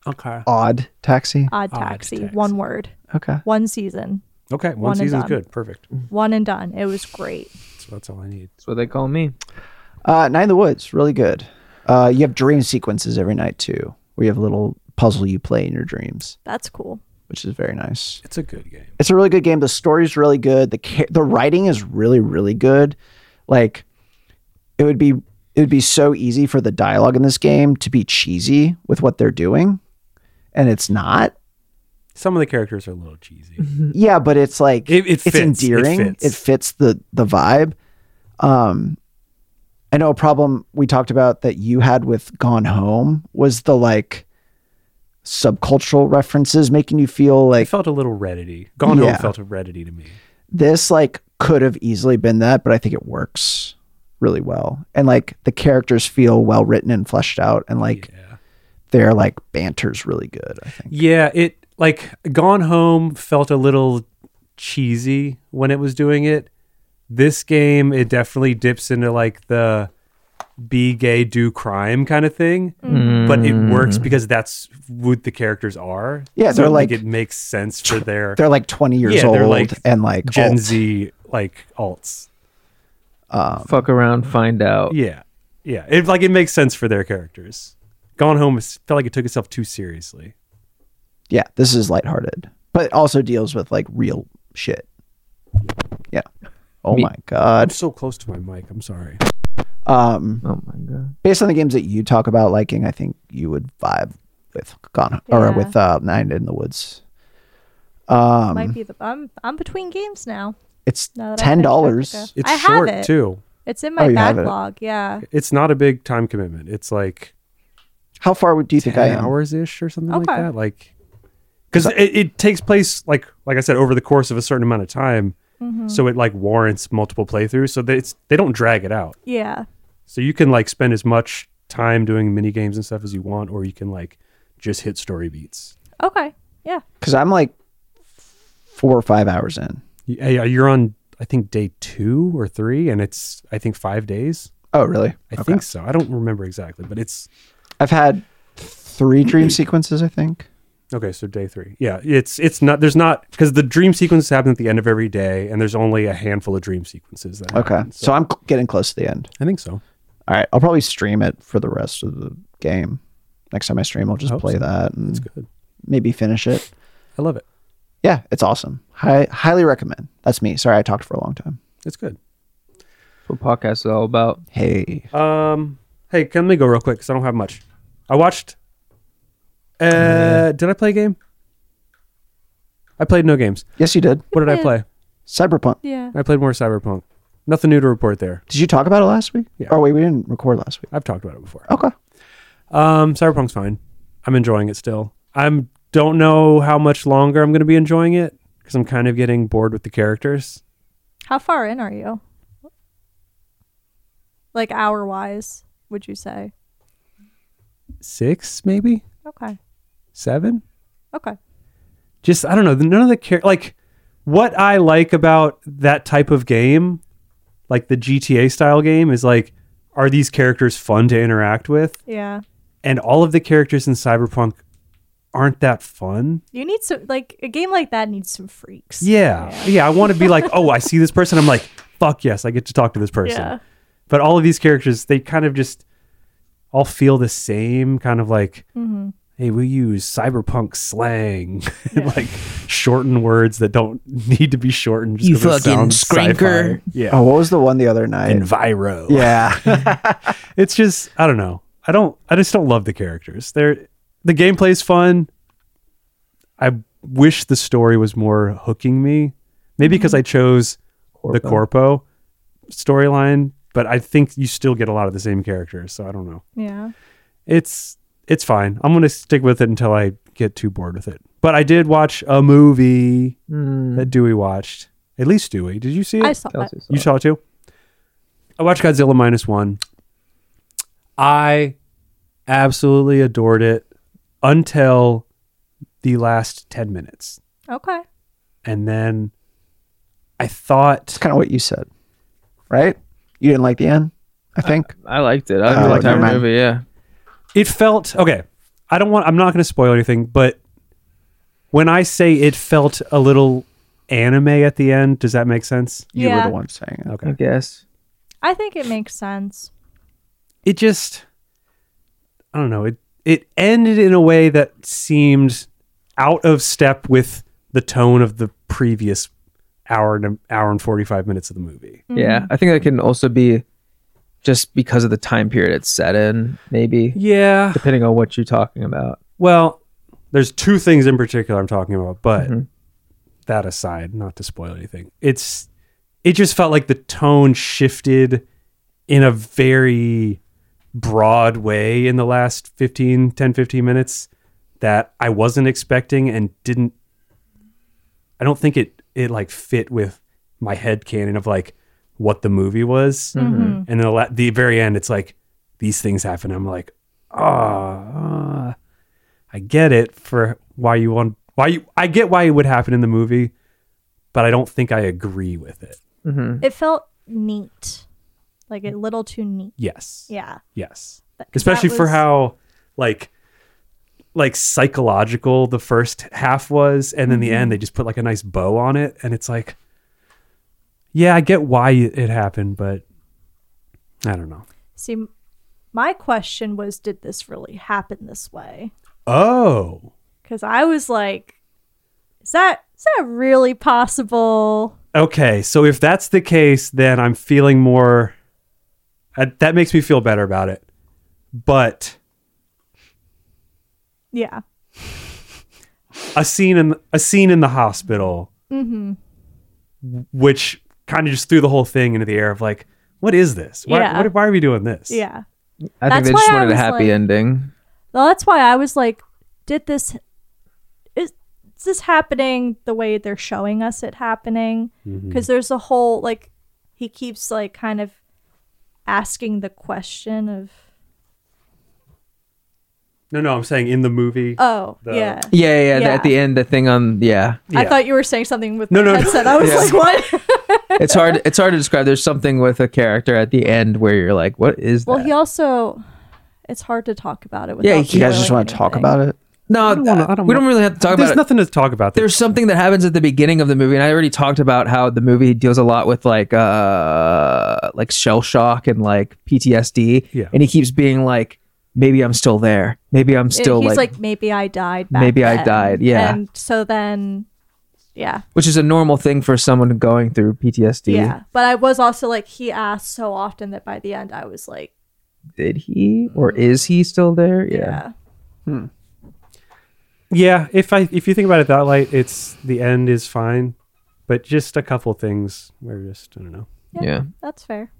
S3: Okay.
S2: Odd taxi.
S4: Odd
S3: Odd
S4: Taxi,
S3: Taxi.
S4: one word,
S2: Okay.
S4: one season,
S3: Okay. One,
S4: One and
S3: season's
S4: done.
S3: good. Perfect.
S4: one and done. It was great.
S3: So that's all I need.
S1: That's what they call me.
S2: Uh, Night in the Woods, really good. Uh, you have dream sequences every night too, where you have a little puzzle you play in your dreams,
S4: That's cool.
S2: which is very nice.
S3: It's a good game.
S2: It's a really good game. The story's really good. The ca- the writing is really really good. Like it would be it would be so easy for the dialogue in this game to be cheesy with what they're doing, and it's not.
S3: Some of the characters are a little cheesy.
S2: Yeah, but it's like
S3: It- it
S2: it's
S3: fits. It
S2: endearing. It fits.
S3: fits.
S2: the the vibe. Um, I know a problem we talked about that you had with Gone Home was the like subcultural references making you feel
S3: It
S2: like
S3: felt a little reddity. Gone
S2: Yeah.
S3: Home felt reddity to me.
S2: this like could have easily been that, but I think it works really well. And like the characters feel well written and fleshed out and like
S3: Yeah.
S2: their like banter's really good, I think.
S3: Yeah, it like Gone Home felt a little cheesy when it was doing it. This game it definitely dips into like the be gay do crime kind of thing, but it works because that's what the characters are.
S2: Yeah,
S3: So,
S2: they're, like,
S3: it makes sense for their
S2: They're like 20 years
S3: Yeah,
S2: old
S3: they're, like,
S2: and like
S3: Gen
S2: alt.
S3: Z like alts.
S2: Um,
S1: Fuck around, find out.
S3: Yeah, yeah. It like it makes sense for their characters. Gone Home is- felt like it took itself too seriously.
S2: yeah, this is lighthearted, but it also deals with like real shit. Yeah. Oh my
S3: I'm
S2: god.
S3: so close to my mic. I'm sorry.
S2: Um,
S1: Oh my god.
S2: based on the games that you talk about liking, I think you would vibe with Gone or
S4: Yeah.
S2: with uh, Nine in the Woods. Um,
S4: Might be the I'm I'm between games now.
S2: It's
S4: Now that I
S2: ten dollars.
S4: finished
S3: It's
S4: I have
S3: short
S4: it.
S3: too.
S4: It's in
S2: Oh,
S4: my
S2: you have it.
S4: backlog. Yeah.
S3: It's not a big time commitment. It's like
S2: How far would- do you think I
S3: ten
S2: am?
S3: hours ish or something like
S4: Okay.
S3: that. Like, because it, it takes place like like I said over the course of a certain amount of time,
S4: Mm-hmm.
S3: so it like warrants multiple playthroughs. So they, it's they don't drag it out.
S4: Yeah.
S3: So you can like spend as much time doing mini games and stuff as you want, or you can like just hit story beats.
S4: Okay. Yeah.
S2: Because I'm like four or five hours in.
S3: You- Yeah, you're on I think day two or three, and it's I think five days.
S2: Oh really?
S3: I think so. I don't remember exactly, but it's
S2: I've had three dream sequences. I think.
S3: Okay, so day three. Yeah, it's it's not there's not because the dream sequences happen at the end of every day, and there's only a handful of dream sequences that.
S2: Okay,
S3: happen,
S2: so I'm cl- getting close to the end.
S3: I think so.
S2: All right, I'll probably stream it for the rest of the game. Next time I stream, I'll just
S3: hope
S2: play
S3: so.
S2: that and
S3: It's good.
S2: maybe finish it.
S3: I love it.
S2: Yeah, it's awesome. Hi- highly recommend. That's me. Sorry, I talked for a long time.
S3: It's good.
S1: That's what podcast is all about.
S2: Hey,
S3: Um, hey, can we go real quick? Because I don't have much. I watched. Uh, did I play a game? I played no games.
S2: yes, you did.
S3: What did I
S4: did.
S3: play?
S2: Cyberpunk.
S4: Yeah.
S3: I played more Cyberpunk. Nothing new to report there.
S2: Did you talk about it last week?
S3: Yeah.
S2: Oh wait, we didn't record last week.
S3: I've talked about it before.
S2: Okay.
S3: Um, Cyberpunk's fine. I'm enjoying it still. I'm don't know how much longer I'm going to be enjoying it because I'm kind of getting bored with the characters.
S4: How far in are you? Like hour wise, would you say?
S3: Six, maybe
S4: Okay.
S3: seven.
S4: Okay.
S3: Just I don't know. None of the char- like what I like about that type of game, like the GTA style game, is like are these characters fun to interact with?
S4: Yeah.
S3: And all of the characters in Cyberpunk aren't that fun.
S4: You need some like a game like that needs some freaks.
S3: Yeah. Yeah. I want to be like, oh, I see this person. I'm like, fuck yes, I get to talk to this person.
S4: Yeah.
S3: But all of these characters, they kind of just all feel the same kind of like,
S1: Mm-hmm.
S3: hey, we use cyberpunk slang, and like shorten words that don't need to be shortened. Just
S1: You
S3: 'cause it
S1: fucking
S3: sounds
S1: scrinker.
S3: sci-fi. Yeah.
S2: Oh, what was the one the other night?
S3: Enviro.
S2: yeah.
S3: It's just, I don't know. I don't, I just don't love the characters. They're, the gameplay's fun. I wish the story was more hooking me. Maybe
S1: Mm-hmm.
S3: because I chose the corpo storyline but i think you still get a lot of the same characters so i don't know
S4: Yeah.
S3: it's it's fine i'm gonna stick with it until i get too bored with it but i did watch a movie that dewey watched at least dewey did you see it
S4: I saw that.
S1: Kelsey saw
S3: you saw it too i watched godzilla minus one i absolutely adored it until the last 10 minutes
S4: Okay.
S3: and then i thought
S2: It's kind of what you said, right? You didn't like the end, I think.
S1: I liked it. I liked
S2: Oh,
S1: the
S2: never
S1: entire
S2: mind.
S1: movie. Yeah.
S3: it felt okay i don't want i'm not going to spoil anything but when i say it felt a little anime at the end does that make sense
S2: You
S4: yeah.
S2: were the one saying it.
S1: I
S3: okay
S1: guess.
S4: I think it makes sense.
S3: it just i don't know it it ended in a way that seemed out of step with the tone of the previous hour and hour and 45 minutes of the movie
S1: Yeah. I think that can also be just because of the time period it's set in, maybe,
S3: yeah
S1: depending on what you're talking about.
S3: Well, there's two things in particular I'm talking about, but that aside, not to spoil anything, it's it just felt like the tone shifted in a very broad way in the last 15 10 15 minutes that I wasn't expecting and didn't I don't think it it like fit with my head canon of like what the movie was
S4: Mm-hmm.
S3: Mm-hmm. and then the, la- the very end it's like these things happen I'm like ah ah. I get it for why you want why you I get why it would happen in the movie, but I don't think I agree with it.
S4: It felt neat. Like a little too neat.
S3: Yes.
S4: Yeah.
S3: Yes.
S4: That- 'cause that
S3: Especially for
S4: was-
S3: how like like psychological the first half was and then the
S4: Mm-hmm.
S3: end they just put like a nice bow on it and it's like yeah, I get why it happened, but I don't know.
S4: See m- my question was did this really happen this way?
S3: Oh.
S4: Cuz I was like is that is that really possible?
S3: Okay, so if that's the case, then I'm feeling more. Uh, that makes me feel better about it. But
S4: Yeah.
S3: a scene in a scene in the hospital,
S4: Mm-hmm.
S3: w- which kind of just threw the whole thing into the air of like, what is this? Why,
S4: Yeah.
S3: what- why are we doing this?
S4: Yeah.
S1: I think
S4: That's
S1: they just
S4: why I
S1: wanted a
S4: was
S1: happy
S4: like-
S1: ending.
S4: Well, that's why I was like, did this is, is this happening the way they're showing us it happening?
S3: Mm-hmm.
S4: Because there's a whole like he keeps like kind of asking the question of
S3: No, no, I'm saying in the movie.
S4: oh
S3: The-
S4: yeah.
S1: Yeah, yeah, yeah. the- At
S4: Yeah.
S1: the end, the thing on yeah,
S4: I
S3: Yeah.
S4: thought you were saying something with
S3: No,
S4: no,
S3: no,
S4: no,
S3: no.
S4: headset. I was
S1: Yeah.
S4: like, what?
S1: it's hard. It's hard to describe. There's something with a character at the end where you're like, what is
S4: well,
S1: that?
S4: he also it's hard to talk about it.
S1: Yeah,
S4: Without
S2: You guys just
S4: spoiling
S2: want to talk
S4: anything.
S2: about it?
S1: no,
S3: I don't wanna- I
S1: we don't
S3: wanna-
S1: really have to talk
S3: There's
S1: about it.
S3: nothing to talk about.
S1: there's something that happens at the beginning of the movie and i already talked about how the movie deals a lot with like uh like shell shock and like ptsd
S3: Yeah.
S1: and he keeps being like maybe i'm still there maybe i'm
S4: It-
S1: still
S4: he's
S1: like,
S4: like, maybe I died. Back
S1: Maybe I
S4: then."
S1: died, yeah.
S4: And so then, yeah.
S1: which is a normal thing for someone going through ptsd
S4: Yeah, but I was also like he asked so often that by the end I was like,
S1: did he or is he still there
S4: yeah,
S1: yeah,
S3: yeah. If I if you think about it that light, it's the end is fine, but just a couple things where just I don't know.
S1: yeah.
S4: that's fair.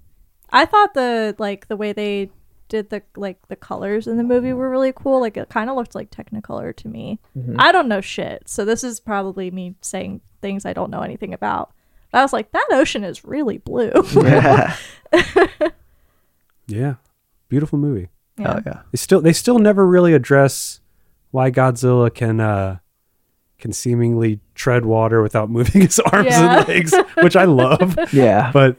S4: I thought the like the way they did the like the colors in the movie were really cool. Like it kind of looked like Technicolor to me.
S1: Mm-hmm.
S4: I don't know shit, so this is probably me saying things I don't know anything about. But I was like, that ocean is really blue.
S3: Yeah, beautiful movie.
S4: Yeah.
S2: Oh, yeah.
S3: They still they still never really address why Godzilla can uh can seemingly tread water without moving his arms
S4: Yeah.
S3: and legs, which I love.
S1: yeah
S3: but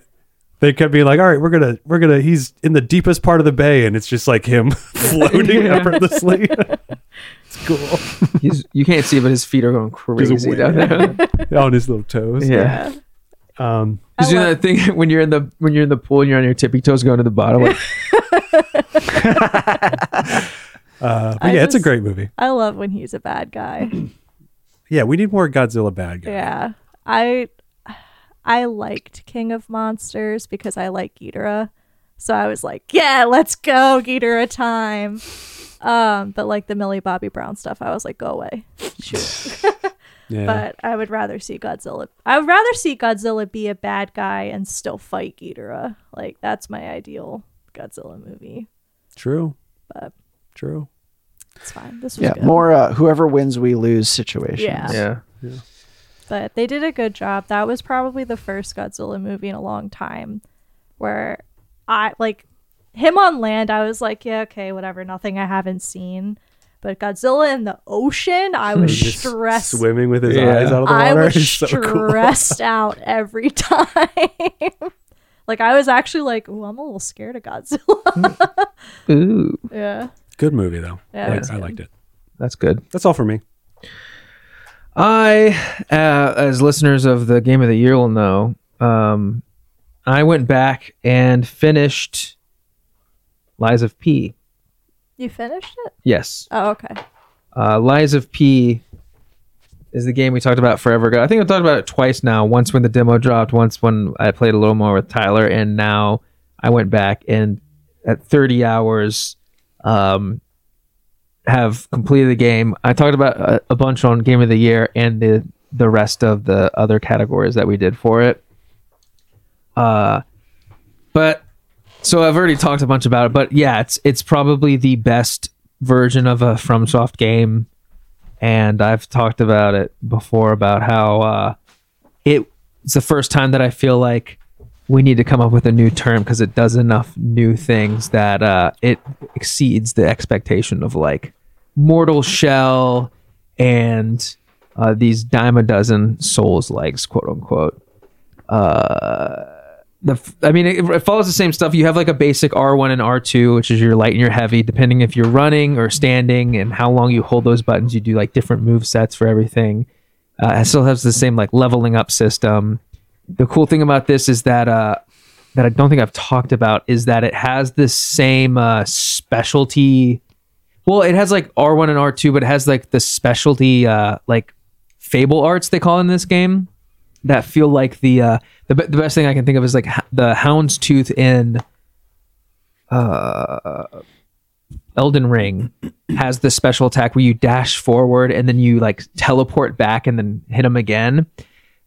S3: they kept being like, "All right, we're gonna we're gonna he's in the deepest part of the bay, and it's just like him floating effortlessly." it's
S2: cool.
S1: He's you can't see, but his feet are going crazy
S3: wave.
S1: down there.
S3: on his little toes.
S1: yeah.
S3: Um,
S1: He's
S4: I
S1: doing
S4: love-
S1: that thing when you're in the when you're in the pool and you're on your tippy toes going to the bottom. Like,
S3: uh, but
S4: I
S3: yeah, it's a
S4: just-
S3: great movie.
S4: I love when he's a bad guy.
S3: Yeah, we need more Godzilla bad guy.
S4: yeah. I I liked King of Monsters because I like Ghidorah. So I was like, yeah, let's go Ghidorah time. Um, but like the Millie Bobby Brown stuff, I was like, go away.
S3: Yeah.
S4: But I would rather see Godzilla. I would rather see Godzilla be a bad guy and still fight Ghidorah. Like that's my ideal Godzilla movie.
S3: True.
S4: But-
S3: True.
S4: It's fine. This was
S2: Yeah,
S4: good.
S2: more uh, whoever wins, we lose situations.
S4: Yeah.
S1: yeah.
S4: but they did a good job. That was probably the first Godzilla movie in a long time where I like him on land. I was like, yeah, okay, whatever, nothing I haven't seen. But Godzilla in the ocean, I was
S3: Just
S4: stressed.
S3: Swimming with his
S1: Yeah.
S3: eyes out of the
S4: I
S3: water.
S4: was
S3: is so cool.
S4: stressed out every time. like I was actually like, "Ooh, I'm a little scared of Godzilla."
S1: Ooh,
S4: yeah.
S3: Good movie though.
S4: Yeah, it
S3: Like,
S4: was
S3: I
S4: good.
S3: liked it.
S1: that's good.
S3: That's all for me.
S1: I, uh, as listeners of the Game of the Year will know, um, I went back and finished Lies of P.
S4: You finished it?
S1: Yes.
S4: Oh, okay.
S1: Uh, Lies of P is the game we talked about forever ago. I think I've talked about it twice now. Once when the demo dropped, once when I played a little more with Tyler, and now I went back and at 30 hours um, have completed the game. I talked about a, a bunch on Game of the Year and the the rest of the other categories that we did for it. Uh, but so I've already talked a bunch about it, but yeah, it's it's probably the best version of a FromSoft game, and I've talked about it before about how uh, it- it's the first time that I feel like we need to come up with a new term because it does enough new things that uh, it exceeds the expectation of like Mortal Shell and uh, these dime a dozen Souls likes, quote unquote the f- I mean, it, it follows the same stuff. You have like a basic R1 and R2, which is your light and your heavy, depending if you're running or standing and how long you hold those buttons. You do like different move sets for everything. Uh, it still has the same like leveling up system. The cool thing about this is that uh, that I don't think I've talked about is that it has this same uh, specialty. Well, it has like R1 and R2, but it has like the specialty uh, like fable arts they call in this game that feel like the uh the, be- the best thing I can think of is like h- the houndstooth in uh Elden Ring has this special attack where you dash forward and then you like teleport back and then hit them again.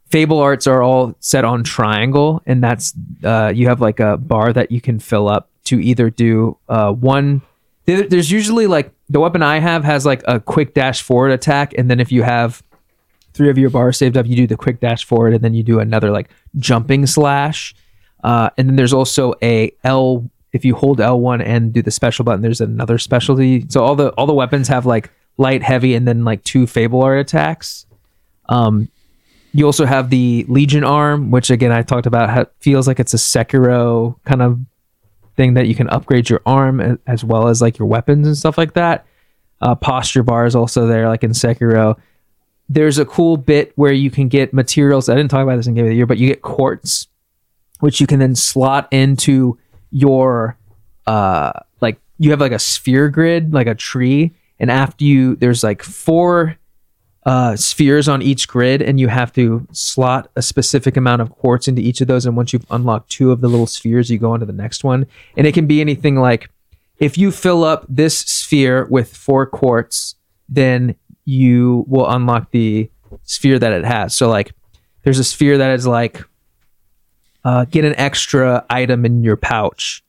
S1: Fable arts are all set on triangle, and that's uh, you have like a bar that you can fill up to either do uh, one. there- There's usually like the weapon I have has like a quick dash forward attack, and then if you have three of your bars saved up, you do the quick dash forward, and then you do another like jumping slash. Uh, and then there's also a L. If you hold L1 and do the special button, there's another specialty. So all the all the weapons have like light, heavy, and then like two fable art attacks. Um, you also have the Legion arm, which again I talked about. How it feels like it's a Sekiro kind of thing that you can upgrade your arm a- as well as like your weapons and stuff like that. Uh, posture bar is also there, like in Sekiro there's a cool bit where you can get materials. I didn't talk about this in Game of the Year, but you get quartz, which you can then slot into your uh like you have like a sphere grid, like a tree, and after you there's like four uh spheres on each grid and you have to slot a specific amount of quartz into each of those and once you've unlocked two of the little spheres you go on to the next one and it can be anything like if you fill up this sphere with four quartz, then you will unlock the sphere that it has. So like there's a sphere that is like uh, get an extra item in your pouch.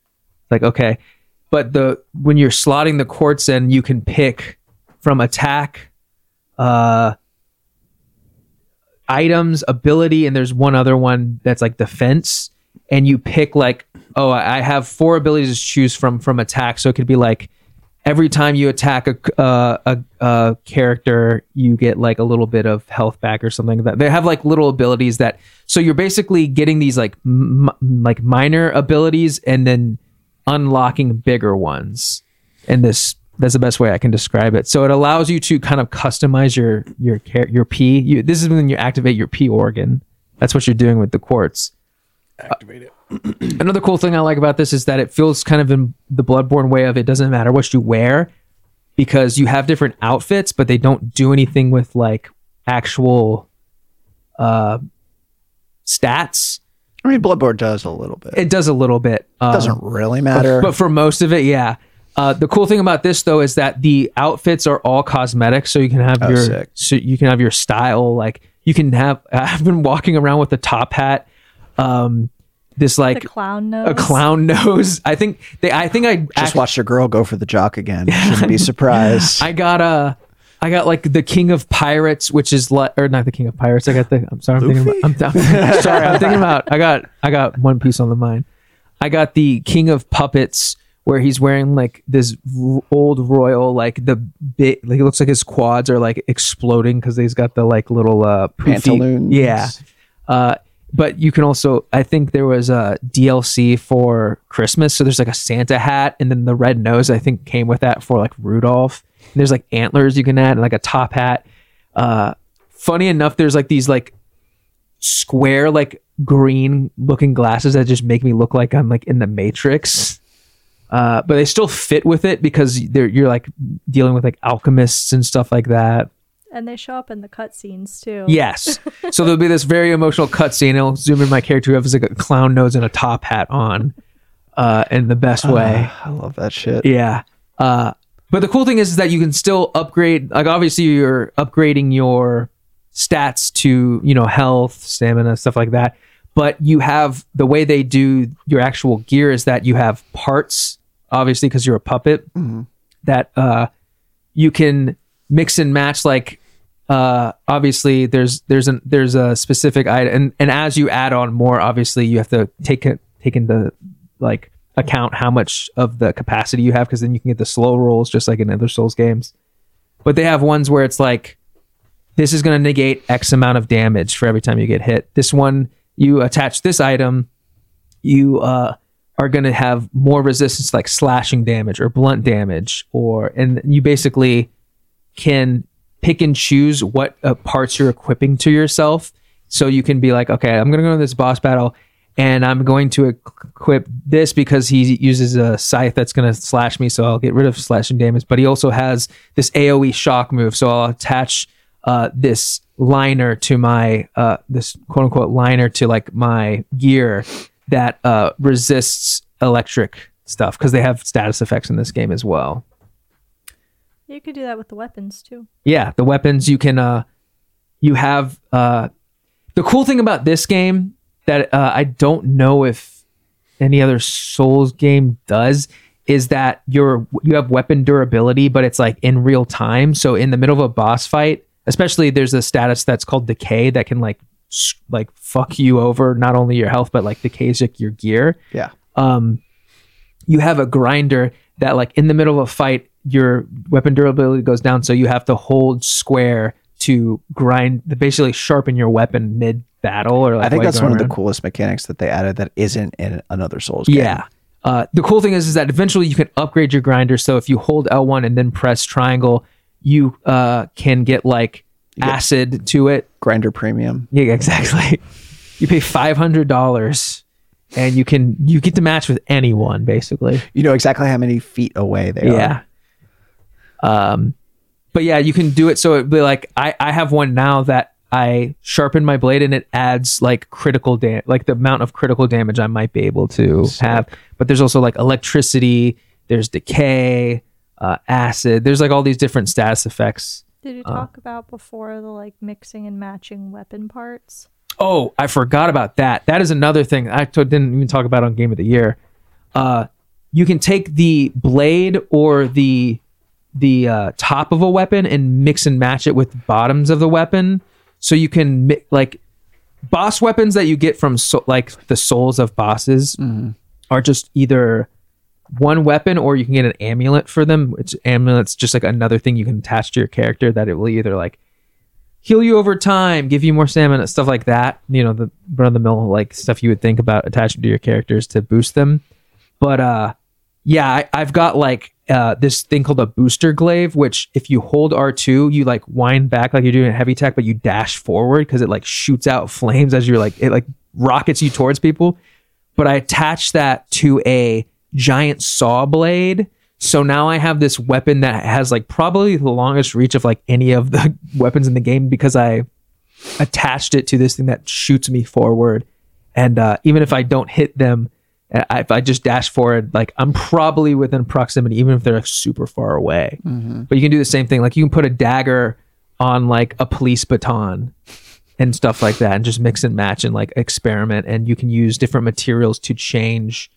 S1: Like okay, but the when you're slotting the quartz in, you can pick from attack, uh, items, ability, and there's one other one that's like defense. And you pick like, oh, I I have four abilities to choose from from attack. So it could be like every time you attack a c- uh, a, a character, you get like a little bit of health back or something like that. They have like little abilities that. So you're basically getting these like m- like minor abilities and then unlocking bigger ones in this that's the best way I can describe it. So it allows you to kind of customize your your care your pee. You, this is when you activate your pee organ. That's what you're doing with the quartz. Uh,
S5: Activate it.
S1: Another cool thing I like about this is that it feels kind of in the bloodborne way of it doesn't matter what you wear because you have different outfits, but they don't do anything with like actual uh stats.
S2: I mean, Bloodborne does a little bit. It
S1: It does a little bit. Um,
S2: doesn't really matter.
S1: but for most of it, yeah. Uh, the cool thing about this though is that the outfits are all cosmetic, so you can have your
S2: Oh, sick.
S1: so you can have your style. Like you can have. I've been walking around with a top hat, um, this like
S4: the clown nose.
S1: a clown nose. I think they. I think I
S2: Just
S1: act-
S2: watched a girl go for the jock again. Shouldn't be surprised.
S1: I got a. I got like the King of Pirates, which is like, or not the King of Pirates. I got the. I'm sorry. I'm thinking about. I'm, I'm sorry. I'm thinking about. I got. I got One Piece on the mind. I got the King of Puppets, where he's wearing like this r- old royal, like the bit. Like it looks like his quads are like exploding because he's got the like little uh poofy-
S2: Pantaloons.
S1: Yeah. Uh, but you can also. I think there was a DLC for Christmas, so there's like a Santa hat, and then the red nose. I think came with that for like Rudolph. And there's like antlers you can add, and like a top hat. Uh, funny enough, there's like these like square like green looking glasses that just make me look like I'm like in the Matrix. Uh, but they still fit with it because they're, you're like dealing with like alchemists and stuff like that.
S4: and they show up in the cutscenes too.
S1: Yes. so there'll be this very emotional cutscene. It'll zoom in my character who has like a clown nose and a top hat on, uh, in the best way.
S2: I love that shit.
S1: Yeah. Uh, but the cool thing is, is that you can still upgrade. Like obviously, you're upgrading your stats to you know health, stamina, stuff like that. But you have the way they do your actual gear is that you have parts, obviously, because you're a puppet that uh, you can mix and match. Like uh, obviously, there's there's an there's a specific item, and, and as you add on more, obviously, you have to take it take into like account how much of the capacity you have because then you can get the slow rolls just like in other souls games but they have ones where it's like this is going to negate x amount of damage for every time you get hit this one you attach this item you uh, are going to have more resistance like slashing damage or blunt damage or and you basically can pick and choose what uh, parts you're equipping to yourself so you can be like okay i'm going to go to this boss battle and i'm going to e-, equip this because he uses a scythe that's going to slash me so i'll get rid of slashing damage but he also has this aoe shock move so i'll attach uh, this liner to my uh, this quote unquote liner to like my gear that uh, resists electric stuff because they have status effects in this game as well
S4: You could do that with the weapons too.
S1: yeah the weapons you can uh you have uh the cool thing about this game that uh, i don't know if any other souls game does is that your you have weapon durability but it's like in real time so in the middle of a boss fight especially there's a status that's called decay that can like s- like fuck you over not only your health but like decays like your gear
S2: Yeah.
S1: um, you have a grinder that like in the middle of a fight your weapon durability goes down so you have to hold square to grind basically sharpen your weapon mid battle or like
S2: I think
S1: while
S2: that's
S1: you're
S2: one
S1: going
S2: of the
S1: around.
S2: coolest mechanics that they added that isn't in another Souls game.
S1: yeah uh, the cool thing is is that eventually you can upgrade your grinder so if you hold l1 and then press triangle you uh, can get like acid to it
S2: Grinder Premium.
S1: Yeah, exactly. You pay five hundred dollars, and you can you get to match with anyone basically.
S2: You know exactly how many feet away they are.
S1: Yeah. Um, but yeah, you can do it. So it'd be like I I have one now that I sharpen my blade and it adds like critical damage, like the amount of critical damage I might be able to have. But there's also like electricity. There's decay, uh, acid. There's like all these different status effects.
S4: Did you talk about before the like mixing and matching weapon parts?
S1: Oh, I forgot about that. That is another thing I t- didn't even talk about on Game of the Year. Uh, you can take the blade or the the uh, top of a weapon and mix and match it with bottoms of the weapon, so you can mi- like boss weapons that you get from so- like the souls of bosses are just either one weapon or you can get an amulet for them. Which amulet's just like another thing you can attach to your character that it will either like heal you over time, give you more stamina, stuff like that. You know, the run of the mill like stuff you would think about attaching to your characters to boost them. But uh Yeah, I, I've got like uh, this thing called a booster glaive, which if you hold R2, you like wind back like you're doing a heavy attack, but you dash forward because it like shoots out flames as you're like, it like rockets you towards people. But I attach that to a giant saw blade. So now I have this weapon that has like probably the longest reach of like any of the weapons in the game because I attached it to this thing that shoots me forward. And uh, even if I don't hit them, uh, I- if I just dash forward, like I'm probably within proximity, even if they're super far away. But you can do the same thing. Like you can put a dagger on like a police baton and stuff like that and just mix and match and like experiment. And you can use different materials to change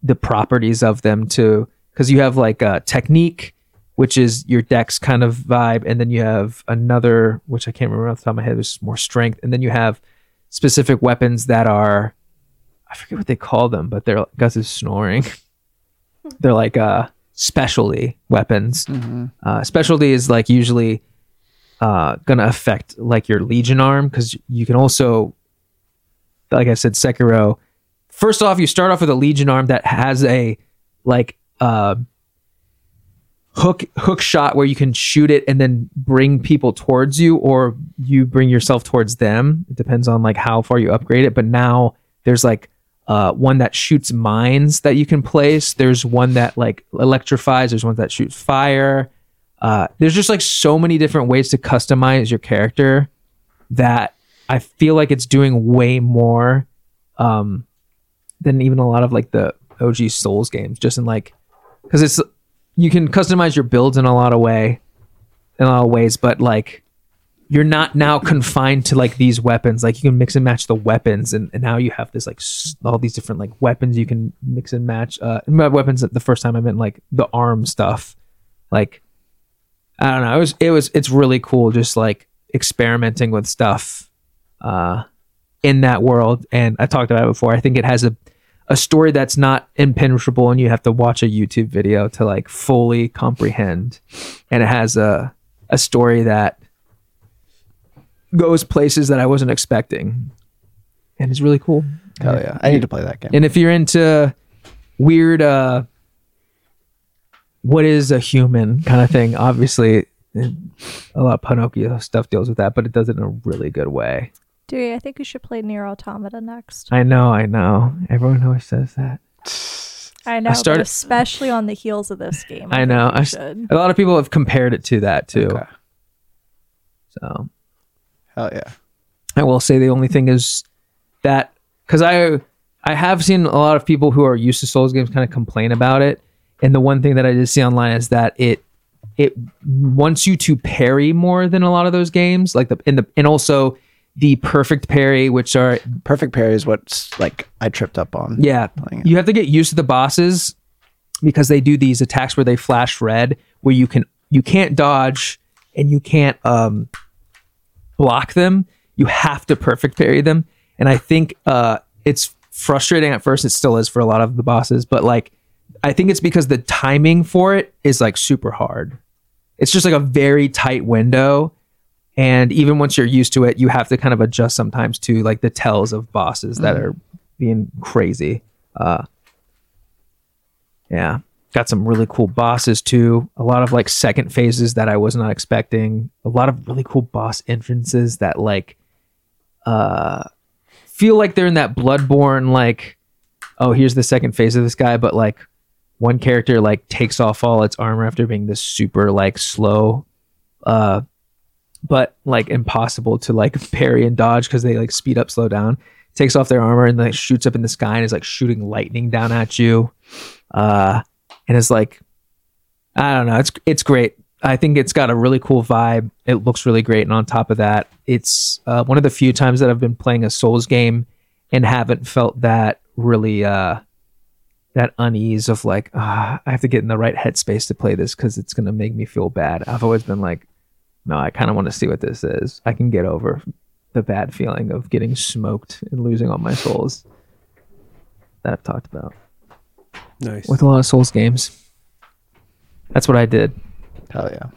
S1: the properties of them to, because you have like a technique, which is your dex kind of vibe. And then you have another, which I can't remember off the top of my head, was more strength. And then you have specific weapons that are, I forget what they call them, but they're Gus is snoring. they're like uh specialty weapons. Uh, specialty is like usually uh gonna affect like your legion arm because you can also, like I said, Sekiro. First off, you start off with a legion arm that has a like uh hook hook shot where you can shoot it and then bring people towards you or you bring yourself towards them it depends on like how far you upgrade it but now there's like uh, one that shoots mines that you can place there's one that like electrifies there's one that shoots fire uh, there's just like so many different ways to customize your character that i feel like it's doing way more um, than even a lot of like the og souls games just in like because it's you can customize your builds in a lot of way in a lot of ways but like you're not now confined to like these weapons like you can mix and match the weapons and, and now you have this like s- all these different like weapons you can mix and match uh not weapons the first time i meant like the arm stuff like i don't know it was it was it's really cool just like experimenting with stuff uh in that world and i talked about it before i think it has a a story that's not impenetrable and you have to watch a YouTube video to like fully comprehend. And it has a a story that goes places that I wasn't expecting. And it's really cool.
S2: Hell yeah. I need to play that game.
S1: And if you're into weird uh what is a human kind of thing, obviously a lot of Pinocchio stuff deals with that, but it does it in a really good way.
S4: Dewey, I think you should play Near Automata next.
S1: I know, I know. Everyone always says that.
S4: I know, but
S1: started-
S4: especially on the heels of this game.
S1: I know. I
S4: I
S1: s-
S4: should.
S1: a lot of people have compared it to that too.
S2: Okay.
S1: So
S2: Hell yeah.
S1: I will say the only thing is that because I I have seen a lot of people who are used to Souls games kind of complain about it, and the one thing that I did see online is that it it wants you to parry more than a lot of those games, like the in the and also the perfect parry, which are
S2: Perfect parry is what's like I tripped up on.
S1: yeah,
S2: playing it.
S1: you have to get used to the bosses because they do these attacks where they flash red, where you can you can't dodge and you can't um, block them. You have to perfect parry them, and I think uh, it's frustrating at first. It still is for a lot of the bosses, but like I think it's because the timing for it is like super hard. It's just like a very tight window. And even once you're used to it, you have to kind of adjust sometimes to like the tells of bosses that are being crazy. Uh, yeah, got some really cool bosses too. A lot of like second phases that I was not expecting. A lot of really cool boss entrances that like uh, feel like they're in that Bloodborne like, oh, here's the second phase of this guy, but like one character like takes off all its armor after being this super like slow uh but like impossible to like parry and dodge because they like speed up, slow down. Takes off their armor and like shoots up in the sky and is like shooting lightning down at you. Uh, and it's like, I don't know, it's it's great. I think it's got a really cool vibe. It looks really great, and on top of that, it's uh, one of the few times that I've been playing a Souls game and haven't felt that really uh, that unease of like ah, I have to get in the right headspace to play this because it's gonna make me feel bad. I've always been like, no, I kind of want to see what this is. I can get over the bad feeling of getting smoked and losing all my souls that I've talked about
S3: Nice.
S1: with a lot of souls games. That's what I did.
S2: Hell yeah.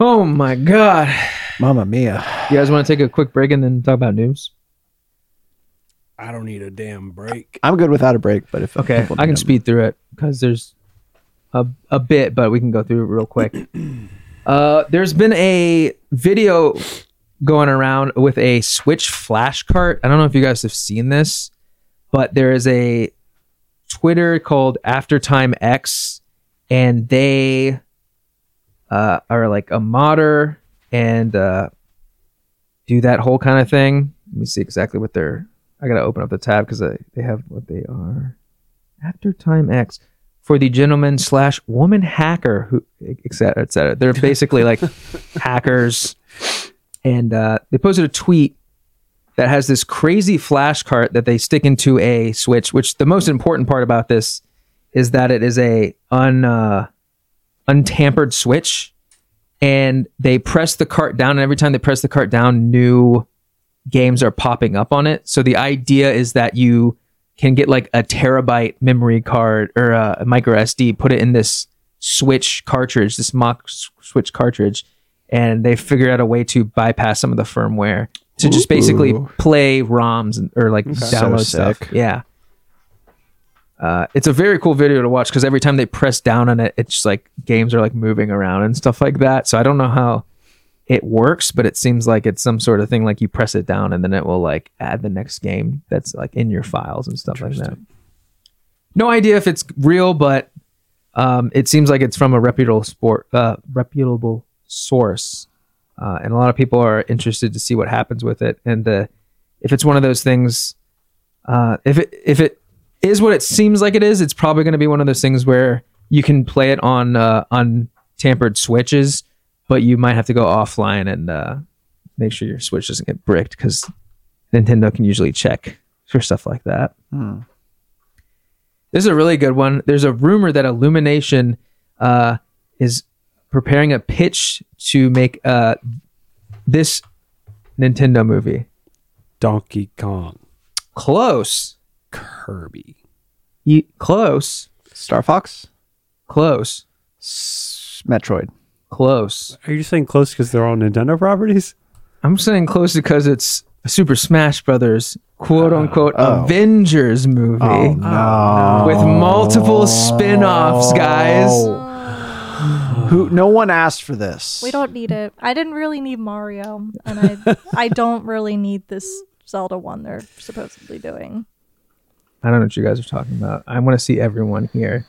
S1: Oh my god!
S2: Mamma mia.
S1: You guys want to take a quick break and then talk about news?
S3: I don't need a damn break.
S2: I'm good without a break, but if
S1: Okay,
S2: people
S1: I
S2: need
S1: can
S2: 'em-
S1: speed through it because there's a, a bit, but we can go through it real quick. Uh, there's been a video going around with a Switch flash cart. I don't know if you guys have seen this, but there is a Twitter called After Time X, and they uh, are like a modder and uh, do that whole kind of thing. Let me see exactly what they're. I gotta open up the tab because they have what they are. After Time X for the gentleman slash woman hacker who et cetera, et cetera. They're basically like hackers, and uh, they posted a tweet that has this crazy flash cart that they stick into a switch. Which the most important part about this is that it is a un uh, untampered switch, and they press the cart down, and every time they press the cart down, new games are popping up on it. So the idea is that you can get like a terabyte memory card or uh, a micro SD, put it in this switch cartridge, this mock s- switch cartridge, and they figured out a way to bypass some of the firmware to just basically play ROMs and, or like download
S2: So
S1: stuff. Yeah. Uh, it's a very cool video to watch because every time they press down on it, it's just like games are like moving around and stuff like that. So I don't know how it works, but it seems like it's some sort of thing like you press it down and then it will like add the next game that's like in your files and stuff like that. No idea if it's real, but um, it seems like it's from a reputable sport, uh, reputable source, uh, and a lot of people are interested to see what happens with it. And uh, if it's one of those things, uh, if it if it is what it seems like it is, it's probably going to be one of those things where you can play it on uh, untampered switches, but you might have to go offline and uh, make sure your switch doesn't get bricked because Nintendo can usually check for stuff like that. This is a really good one. There's a rumor that Illumination uh, is preparing a pitch to make uh, this Nintendo movie.
S3: Donkey Kong
S1: Close.
S3: Kirby.
S1: Ye- close.
S2: Star Fox,
S1: Close.
S2: S- Metroid.
S1: Close.
S3: Are you saying close because they're all Nintendo properties?
S1: I'm saying close because it's Super Smash Brothers, quote unquote,
S2: Oh.
S1: Avengers movie
S2: no.
S1: with multiple spin offs, guys.
S2: Who? No one asked for this.
S4: We don't need it. I didn't really need Mario, and I I don't really need this Zelda one they're supposedly doing.
S1: I don't know what you guys are talking about. I want to see everyone here.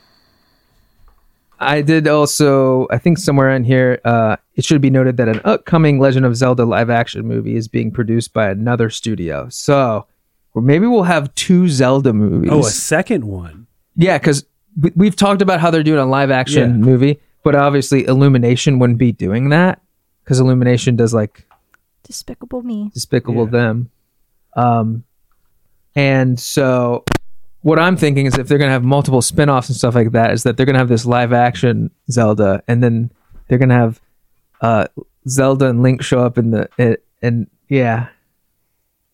S1: I did also, I think somewhere in here, uh, it should be noted that an upcoming Legend of Zelda live action movie is being produced by another studio. So or maybe we'll have two Zelda movies.
S3: Oh, a second one.
S1: Yeah, because we, we've talked about how they're doing a live action
S3: Yeah.
S1: movie, but obviously Illumination wouldn't be doing that because Illumination does like
S4: Despicable Me.
S1: Despicable
S3: Yeah.
S1: Them. Um, and so what I'm thinking is if they're going to have multiple spin offs and stuff like that, is that they're going to have this live action Zelda and then they're going to have uh, Zelda and Link show up in the. It, and yeah.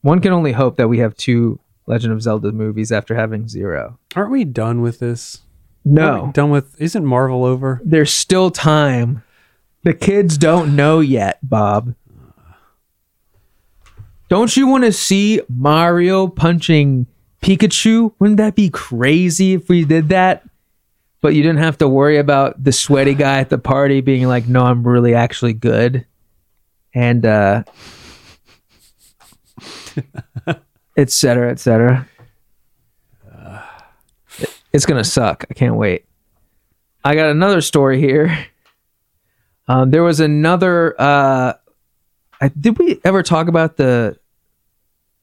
S1: One can only hope that we have two Legend of Zelda movies after having zero.
S3: Aren't we done with this? Aren't we
S1: No.
S3: done with. Isn't Marvel over?
S1: there's still time. The kids don't know yet, Bob. Don't you want to see Mario punching Pikachu? Wouldn't that be crazy if we did that? But you didn't have to worry about the sweaty guy at the party being like, no, I'm really actually good. And, uh, et cetera, et cetera. It's going to suck. I can't wait. I got another story here. Um, there was another. Uh, I, did we ever talk about the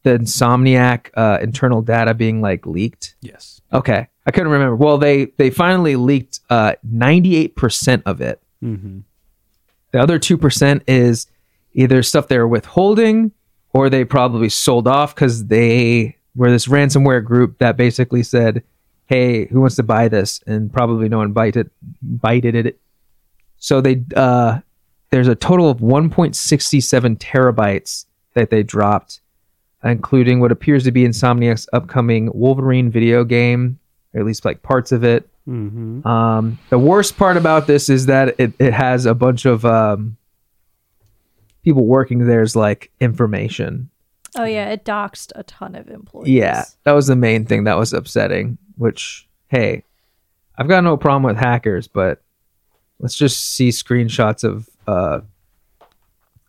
S1: the Insomniac uh, internal data being like leaked?
S3: Yes.
S1: Okay, I couldn't remember. Well, they they finally leaked ninety eight percent of it.
S3: Mm-hmm.
S1: The other two percent is either stuff they're withholding or they probably sold off because they were this ransomware group that basically said, "Hey, who wants to buy this?" And probably no one bited bited it. So they uh, there's a total of 1.67 terabytes that they dropped, including what appears to be Insomniac's upcoming Wolverine video game, or at least like parts of it.
S3: Mm-hmm.
S1: Um, the worst part about this is that it, it has a bunch of um, people working there's like information.
S4: Oh yeah, it doxed a ton of employees.
S1: Yeah, that was the main thing that was upsetting. Which hey, I've got no problem with hackers, but let's just see screenshots of uh,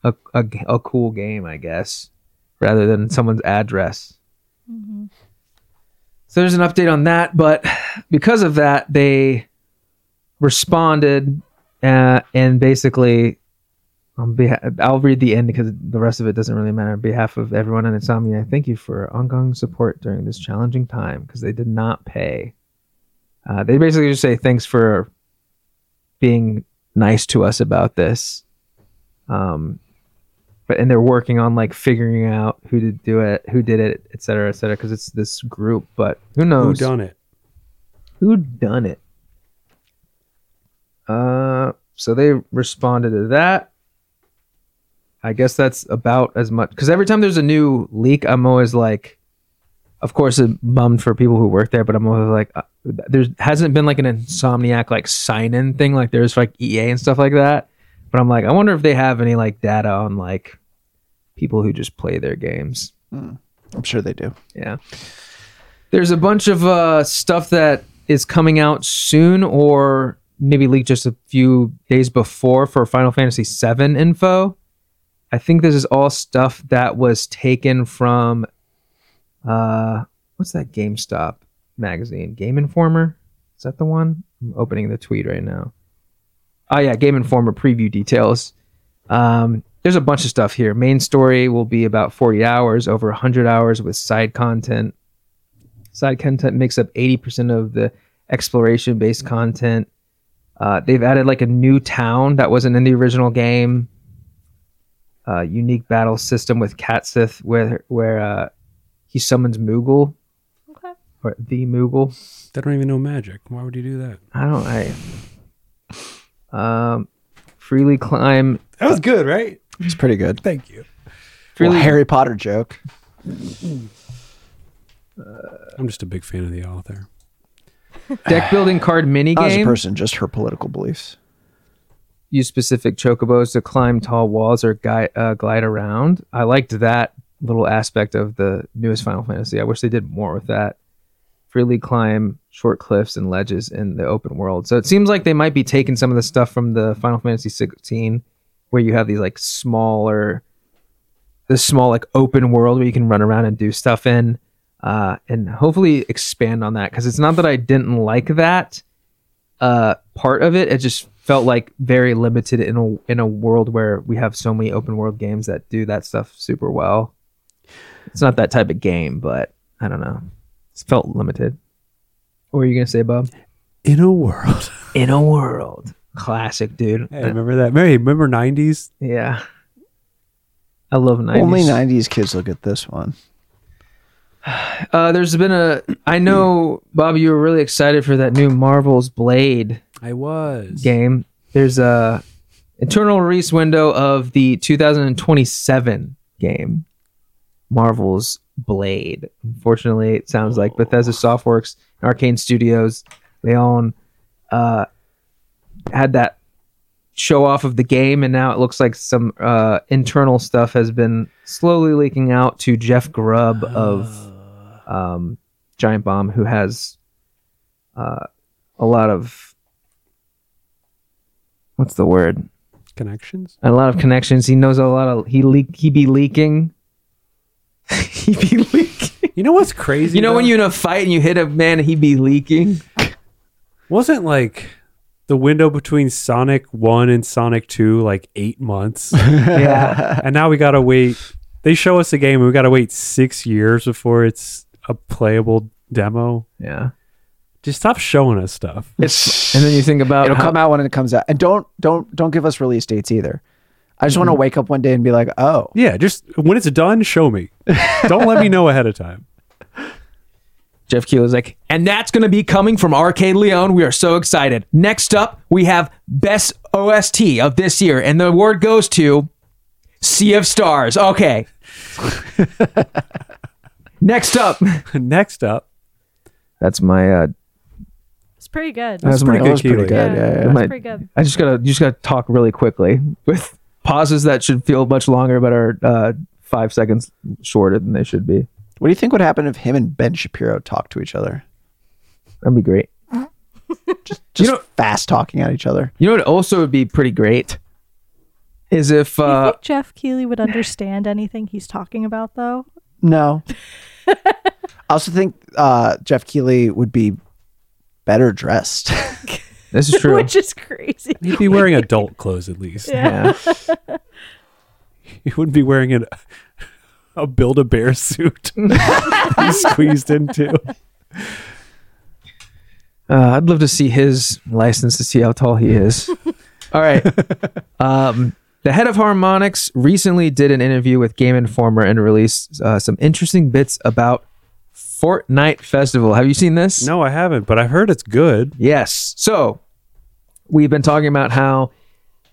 S1: a, a a cool game, I guess, rather than someone's address.
S4: Mm-hmm.
S1: So there's an update on that, but because of that, they responded uh, and basically, on beha- I'll read the end because the rest of it doesn't really matter. On behalf of everyone in Insomnia, thank you for ongoing support during this challenging time because they did not pay. Uh, they basically just say thanks for being nice to us about this. Um, but and they're working on like figuring out who to do it, who did it, et cetera, et cetera, because it's this group. But who
S3: Who
S1: knows?
S3: done it?
S1: Who done it? Uh, so they responded to that. I guess that's about as much because every time there's a new leak, I'm always like, of course, it bummed for people who work there, but I'm always like, uh, there hasn't been like an insomniac like sign in thing like there's like EA and stuff like that. But I'm like, I wonder if they have any like data on like people who just play their games.
S2: I'm sure they do.
S1: Yeah. There's a bunch of uh, stuff that is coming out soon or maybe leaked just a few days before for Final Fantasy VII info. I think this is all stuff that was taken from uh, what's that GameStop magazine? Game Informer? Is that the one? I'm opening the tweet right now. Oh yeah, Game Informer preview details. Um, there's a bunch of stuff here. Main story will be about 40 hours, over 100 hours with side content. Side content makes up 80% of the exploration based content. Uh, they've added like a new town that wasn't in the original game. Uh, unique battle system with Katsith, where where uh, he summons Moogle
S4: Okay.
S1: or the Moogle.
S3: They don't even know magic. Why would you do that?
S1: I don't. I um, freely climb.
S3: That was good, right?
S2: It's pretty good.
S3: Thank you.
S2: Well,
S1: Freely
S2: Harry Potter joke.
S3: I'm just a big fan of the author.
S1: deck building card mini
S2: Not as a
S1: game.
S2: person, just her political beliefs.
S1: Use specific chocobos to climb tall walls or gui- uh, glide around. I liked that little aspect of the newest Final Fantasy. I wish they did more with that. Freely climb short cliffs and ledges in the open world. So it seems like they might be taking some of the stuff from the Final Fantasy 16, where you have these like smaller, this small like open world where you can run around and do stuff in, uh, and hopefully expand on that. Because it's not that I didn't like that uh, part of it. It just felt like very limited in a in a world where we have so many open world games that do that stuff super well. It's not that type of game, but I don't know. It's felt limited. What were you gonna say, Bob?
S3: In a world.
S1: In a world, classic, dude.
S3: Hey, remember that? Mary, remember 90s?
S1: Yeah, I love 90s.
S2: Only 90s kids look at this one.
S1: Uh, there's been a. I know, Bob, you were really excited for that new Marvel's Blade
S3: I was.
S1: game. There's a internal release window of the 2027 game, Marvel's Blade. Unfortunately, it sounds like Bethesda Softworks and Arcane Studios, they own, uh, had that show off of the game, and now it looks like some uh, internal stuff has been slowly leaking out to Jeff Grubb of um, Giant Bomb, who has uh, a lot of what's the word?
S3: Connections?
S1: A lot of connections. He knows a lot of he leak he be leaking. he be leaking.
S3: You know what's crazy?
S1: You know when
S3: though?
S1: you're in a fight and you hit a man and he be leaking?
S3: Wasn't like the window between Sonic 1 and Sonic 2 like eight months?
S1: Yeah.
S3: and now we gotta wait. They show us a game and we gotta wait six years before it's a playable demo.
S1: yeah.
S3: Just stop showing us stuff.
S2: It's
S1: And then you think about
S2: it'll
S1: how-
S2: come out when it comes out. And don't don't don't give us release dates either. I just want to wake up one day and be like, oh,
S3: Yeah, just when it's done, show me. Don't let me know ahead of time.
S1: Jeff Keighley's like, and that's going to be coming from Arcade Leon. We are so excited. Next up, we have best OST of this year, and the award goes to Sea of Stars. Okay. Next up,
S3: Next up,
S1: that's my uh,
S4: It's pretty good.
S1: that's my
S3: pretty
S2: that
S3: good
S2: was pretty
S3: Keeley.
S2: good. Yeah, yeah, yeah.
S1: my-
S4: It's pretty good.
S1: I just gotta you just gotta talk really quickly with pauses that should feel much longer, but are uh, five seconds shorter than they should be.
S2: What do you think would happen if him and Ben Shapiro talked to each other?
S1: That'd be great.
S2: Just
S1: know-
S2: fast talking at each other.
S1: You know what also would be pretty great is if
S4: Do you
S1: uh
S4: think Jeff Keeley would understand anything he's talking about, though?
S2: No. I also think uh, Jeff Keeley would be better dressed.
S1: this is true.
S4: Which is crazy.
S3: He'd be wearing adult clothes at least.
S1: yeah.
S3: He wouldn't be wearing an, a build a bear suit he's squeezed into.
S1: Uh, I'd love to see his license to see how tall he is. All right. Um, the head of Harmonix recently did an interview with Game Informer and released uh, some interesting bits about Fortnite Festival. Have you seen this?
S3: No, I haven't, but I've heard it's good.
S1: Yes. So we've been talking about how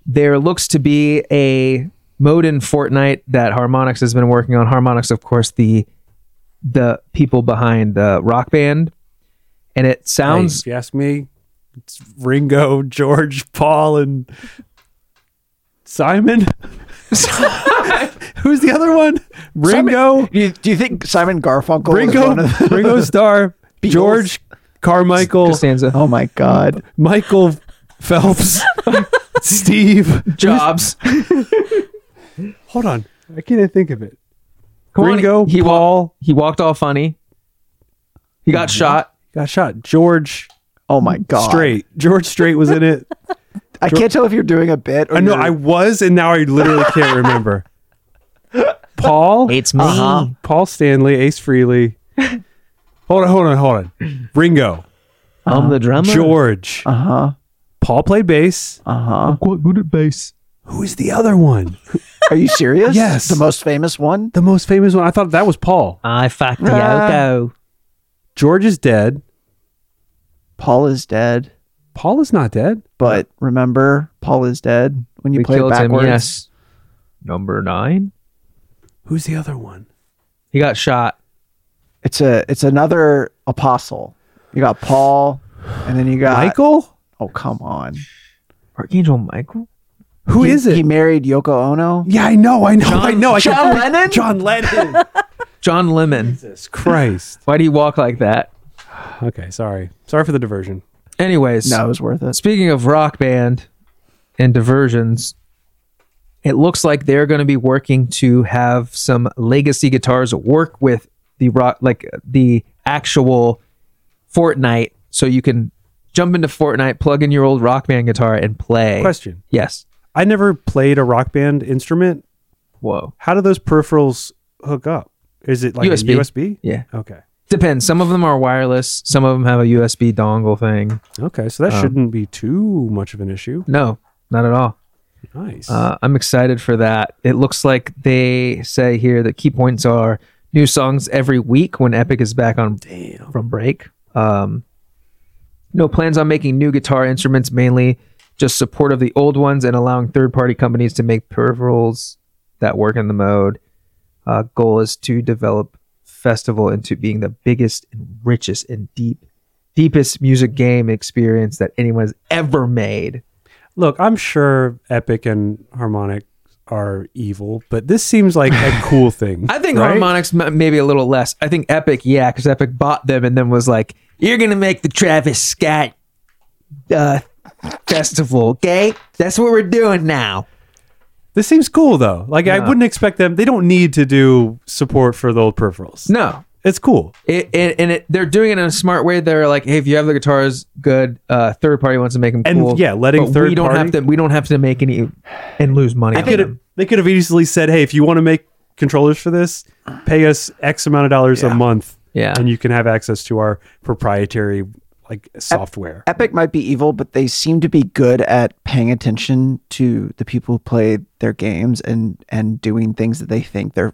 S1: there looks to be a mode in Fortnite that Harmonix has been working on. Harmonix, of course, the the people behind the rock band. And it
S3: Hey,
S1: sounds
S3: if you ask me, it's Ringo, George, Paul, and Simon. Who's the other one? Ringo,
S2: do, you, do you think Simon Garfunkel is one
S3: Ringo,
S2: of the-
S3: Ringo Starr,
S2: Beatles.
S3: George Carmichael,
S1: Costanza.
S2: Oh my God.
S3: Michael Phelps, Steve.
S1: Jobs.
S3: Hold on, I can't think of it.
S1: Come on,
S3: Ringo,
S1: he, wa-
S3: Paul
S1: he walked all funny. He got shot.
S3: got shot. George
S2: Oh my God.
S3: Straight. George Straight was in it.
S2: I can't tell if you're doing a bit or
S3: I know
S2: you're-
S3: I was, and now I literally can't remember. Paul,
S1: It's me.
S3: Paul Stanley, Ace Freely. Hold on, hold on, hold on. Ringo,
S1: I'm the drummer.
S3: George, uh huh.
S2: Uh-huh.
S3: Paul played bass.
S1: Quite good at bass.
S3: Who is the other one?
S2: Are you serious?
S3: Yes.
S2: The most famous one?
S3: The most famous one. I thought that was Paul.
S1: I fuck Yoko.
S3: George is dead.
S2: Paul is dead.
S3: Paul is not dead.
S2: But remember, Paul is dead when you
S1: We
S2: play it
S1: killed him.
S2: backwards.
S1: Yes. Number nine.
S3: Who's the other one?
S1: He got shot.
S2: It's a it's another apostle. You got Paul, and then you got
S3: Michael.
S2: Oh come on!
S1: Archangel Michael?
S3: Who
S2: he,
S3: is it?
S2: He married Yoko Ono.
S3: yeah, I know, I know, I know. I
S2: John
S3: can-
S2: Lennon?
S3: John Lennon.
S1: John Lemon.
S3: Jesus Christ.
S1: Why do you walk like that?
S3: Okay, sorry. Sorry for the diversion.
S1: Anyways,
S2: No, it was worth it.
S1: speaking of rock band and diversions, it looks like they're going to be working to have some legacy guitars work with the rock, like the actual Fortnite, so you can jump into Fortnite, plug in your old rock band guitar, and play.
S3: Question.
S1: Yes.
S3: I never played a rock band instrument.
S1: Whoa.
S3: How do those peripherals hook up? Is it like
S1: USB.
S3: a USB?
S1: Yeah.
S3: Okay.
S1: Depends. Some of them are wireless. Some of them have a USB dongle thing.
S3: Okay, so that
S1: Um,
S3: shouldn't be too much of an issue.
S1: No, not at all.
S3: Nice.
S1: Uh, I'm excited for that. It looks like they say here that key points are new songs every week when Epic is back on from break. Um, no plans on making new guitar instruments, mainly just support of the old ones and allowing third party companies to make peripherals that work in the mode. Uh, goal is to develop Festival into being the biggest and richest and deep, deepest music game experience that anyone has ever made.
S3: Look, I'm sure Epic and Harmonic are evil, but this seems like a cool thing.
S1: I think
S3: right?
S1: Harmonix m- maybe a little less. I think Epic, yeah, because Epic bought them and then was like, "You're gonna make the Travis Scott uh, festival, okay? That's what we're doing now."
S3: This seems cool though. Like I wouldn't expect them. They don't need to do support for the old peripherals.
S1: No,
S3: It's cool.
S1: it, it and it, they're doing it in a smart way. They're like, "Hey, if you have the guitars, good. Uh, third party wants to make them
S3: And,
S1: cool,
S3: yeah, letting
S1: but we
S3: third
S1: don't have
S3: party-
S1: to. We don't have to make any and lose money.
S3: They
S1: on
S3: could
S1: them.
S3: have they could have easily said, "Hey, if you want to make controllers for this, pay us X amount of dollars a month,
S1: Yeah.
S3: and you can have access to our proprietary like software."
S2: Epic might be evil, but they seem to be good at paying attention to the people who play their games and and doing things that they think their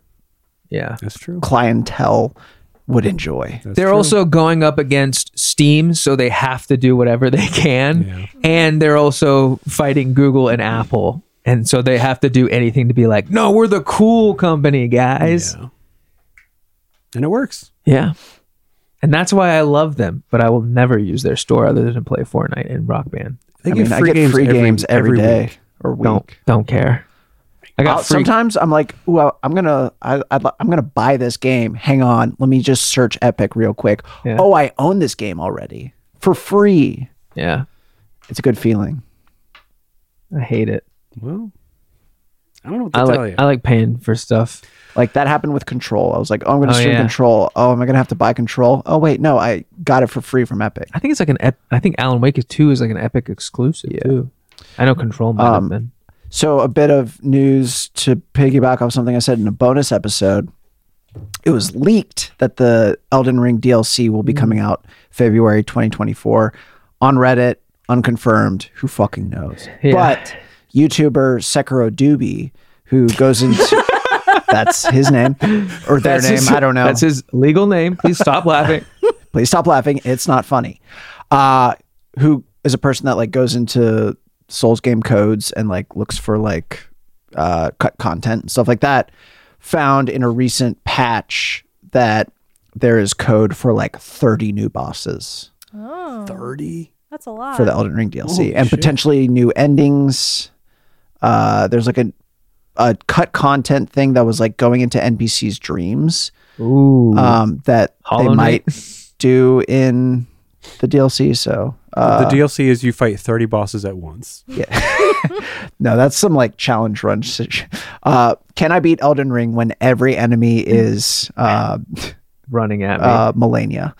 S1: Yeah,
S3: That's true.
S2: clientele would enjoy.
S3: That's
S1: they're
S3: true.
S1: also going up against Steam, so they have to do whatever they can. And they're also fighting Google and Apple. And so they have to do anything to be like, no, we're the cool company, guys.
S3: Yeah. and it works.
S1: Yeah. And that's why I love them, but I will never use their store other than to play Fortnite and Rock Band.
S3: They
S2: I mean, I get free games every day
S3: week.
S2: or week.
S1: Don't don't care. I got
S2: I'll-
S1: free-
S2: sometimes I'm like, "Ooh, I- I'm gonna, I, I'd, li- I'm gonna buy this game. Hang on, let me just search Epic real quick.
S1: Yeah.
S2: Oh, I own this game already for free.
S1: Yeah.
S2: It's a good feeling.
S1: I hate it.
S3: Well, I don't know what to
S1: I
S3: tell
S1: like
S3: you.
S1: I like paying for stuff.
S2: Like that happened with Control. I was like, oh, I'm going to
S1: Oh,
S2: stream
S1: yeah.
S2: Control. Oh, am I going to have to buy Control? Oh, wait, no, I got it for free from Epic.
S1: I think it's like an. Ep- I think Alan Wake is two is like an Epic exclusive too. I know Control might
S2: Um,
S1: have been.
S2: So, a bit of news to piggyback off something I said in a bonus episode. It was leaked that the Elden Ring DLC will be
S1: Hmm.
S2: coming out February 2024 on Reddit, unconfirmed. Who fucking knows?
S1: Yeah.
S2: But YouTuber Sekiro Doobie, who goes into that's his name or their name,
S1: his-
S2: I don't know.
S1: That's his legal name. Please stop laughing.
S2: please stop laughing it's not funny uh who is a person that like goes into souls game codes and like looks for like uh cut content and stuff like that found in a recent patch that there is code for like 30 new bosses
S4: Oh,
S5: Birdie.
S4: that's a lot.
S2: for the Elden Ring DLC
S3: Ah. Holy
S2: and
S3: shit.
S2: potentially new endings. Uh, there's like a a cut content thing that was like going into NPCs' dreams
S1: Ooh.
S2: um, that
S1: Hollow
S2: they
S1: Knight.
S2: might do in the DLC. So uh,
S3: the DLC is you fight 30 bosses at once.
S2: no, that's some like challenge run. sit- Uh, can I beat Elden Ring when every enemy is uh,
S1: running at me.
S2: uh, Melania?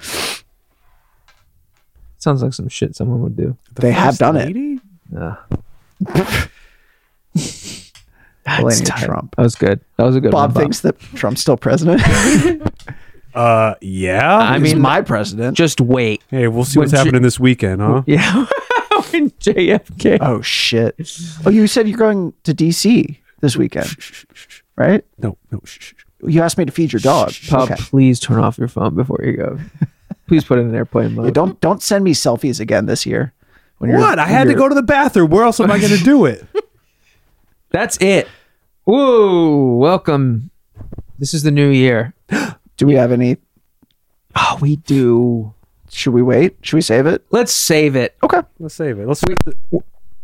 S1: Sounds like some shit someone would do.
S2: They have done it.
S3: it.
S2: Melania Trump.
S1: That was good. That was a good
S2: Bob
S1: one.
S2: thinks that Trump's still president.
S3: Uh, yeah.
S1: I
S2: I
S1: mean-
S2: mean, my president.
S1: Just wait.
S3: hey, we'll see what's
S1: When J-
S3: happening this weekend, huh?
S1: Yeah. when JFK.
S2: Oh shit! Oh, you said you're going to DC this weekend, right?
S3: No, no. Shh, shh, shh.
S2: You asked me to feed your dog.
S1: Bob,
S2: Okay.
S1: please turn off your phone before you go. please put it in airplane mode.
S2: Yeah, don't don't send me selfies again this year. When you're-
S3: What? I
S2: when
S3: had to
S2: you're-
S3: go to the bathroom. Where else am I going to do it?
S1: That's it. Whoa. Welcome. This is the new year.
S2: Do we have any?
S1: Oh, we do.
S2: Should we wait? Should we save it?
S1: Let's save it.
S2: Okay.
S3: Let's save it. Let's.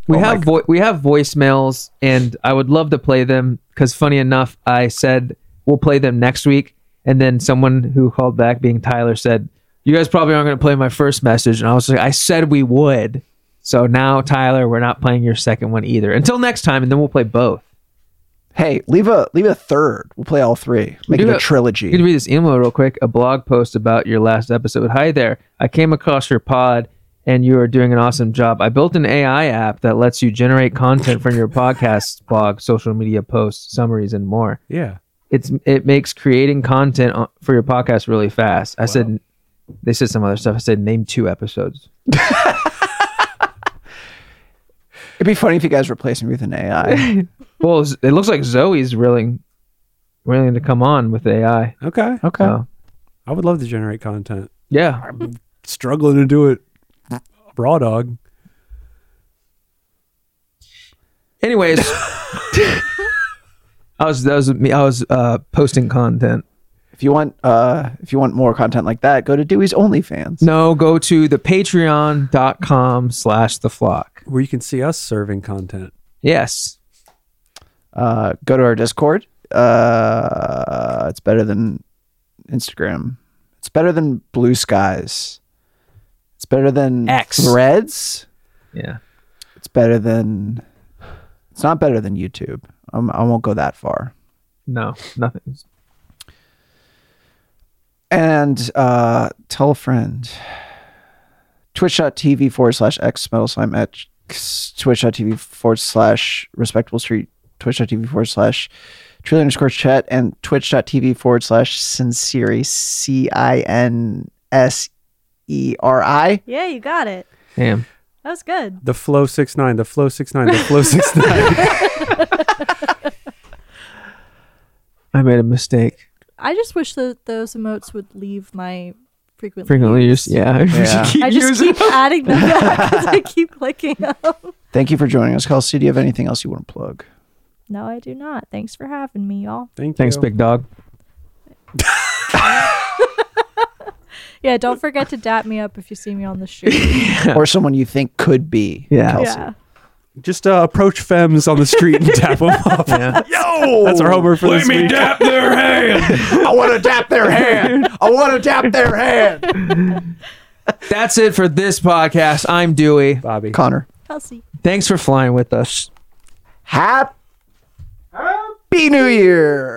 S1: We have vo- we have voicemails, and I would love to play them because, funny enough, I said we'll play them next week, and then someone who called back, being Tyler, said, "You guys probably aren't going to play my first message," and I was like, "I said we would." So now, Tyler, we're not playing your second one either until next time, and then we'll play both.
S2: Hey, leave a leave a third. We'll play all three. Make
S1: do
S2: it a
S1: have-
S2: trilogy.
S1: You can read this email real quick. A blog post about your last episode. Hi there. I came across your pod and you are doing an awesome job. I built an AI app that lets you generate content from your podcast, blog, social media posts, summaries, and more.
S3: Yeah.
S1: It's it makes creating content on, for your podcast really fast. I said they said some other stuff. I said name two episodes.
S2: It'd be funny if you guys replaced me with an AI.
S1: Well, it looks like Zoe's willing willing to come on with AI.
S3: Okay.
S2: okay.
S1: Oh.
S3: I would love to generate content.
S1: Yeah.
S3: Struggling to do it. Raw dog.
S1: Anyways, I was that was me. I was uh, posting content.
S2: If you want uh if you want more content like that, go to Dewey's OnlyFans.
S1: No, go to the patreon.com slash the flock.
S3: Where you can see us serving content.
S1: Yes.
S2: Uh go to our Discord. Uh it's better than Instagram. It's better than Blue Skies. It's better than
S1: X.
S2: Threads.
S1: Yeah.
S2: It's better than It's not better than YouTube. Um, I won't go that far.
S1: No, nothing.
S2: and uh, tell a friend. Twitch.tv forward slash X metal slime at twitch.tv forward slash respectable street, twitch.tv forward slash truly underscore chat, and twitch.tv forward slash sinceri, C I N S E R I.
S4: yeah, you got it.
S1: Damn.
S4: That was good.
S3: The flow six nine. The flow six nine. The flow six nine.
S1: I made a mistake.
S4: I just wish that those emotes would leave my frequently.
S1: Frequently used. Yeah. I
S2: Yeah.
S1: keep
S4: I just
S1: using-
S4: keep adding them up 'cause I keep clicking them.
S2: Thank you for joining us, Kelsey. Do you have anything else you want to plug?
S4: No, I do not. Thanks for having me, y'all.
S3: Thank
S1: Thanks,
S3: you.
S1: big dog.
S4: Yeah, don't forget to dap me up if you see me on the street.
S2: Or someone you think could be
S1: Yeah.
S2: Kelsey?
S4: yeah.
S3: Just uh, approach femmes on the street and tap them up. Yo, that's our homework for this week.
S5: dap their hand.
S2: I want to tap their hand. I want to tap their hand.
S1: That's it for this podcast. I'm Dewey.
S3: Bobby.
S2: Connor.
S4: Kelsey.
S1: Thanks for flying with us.
S2: Happy New Year.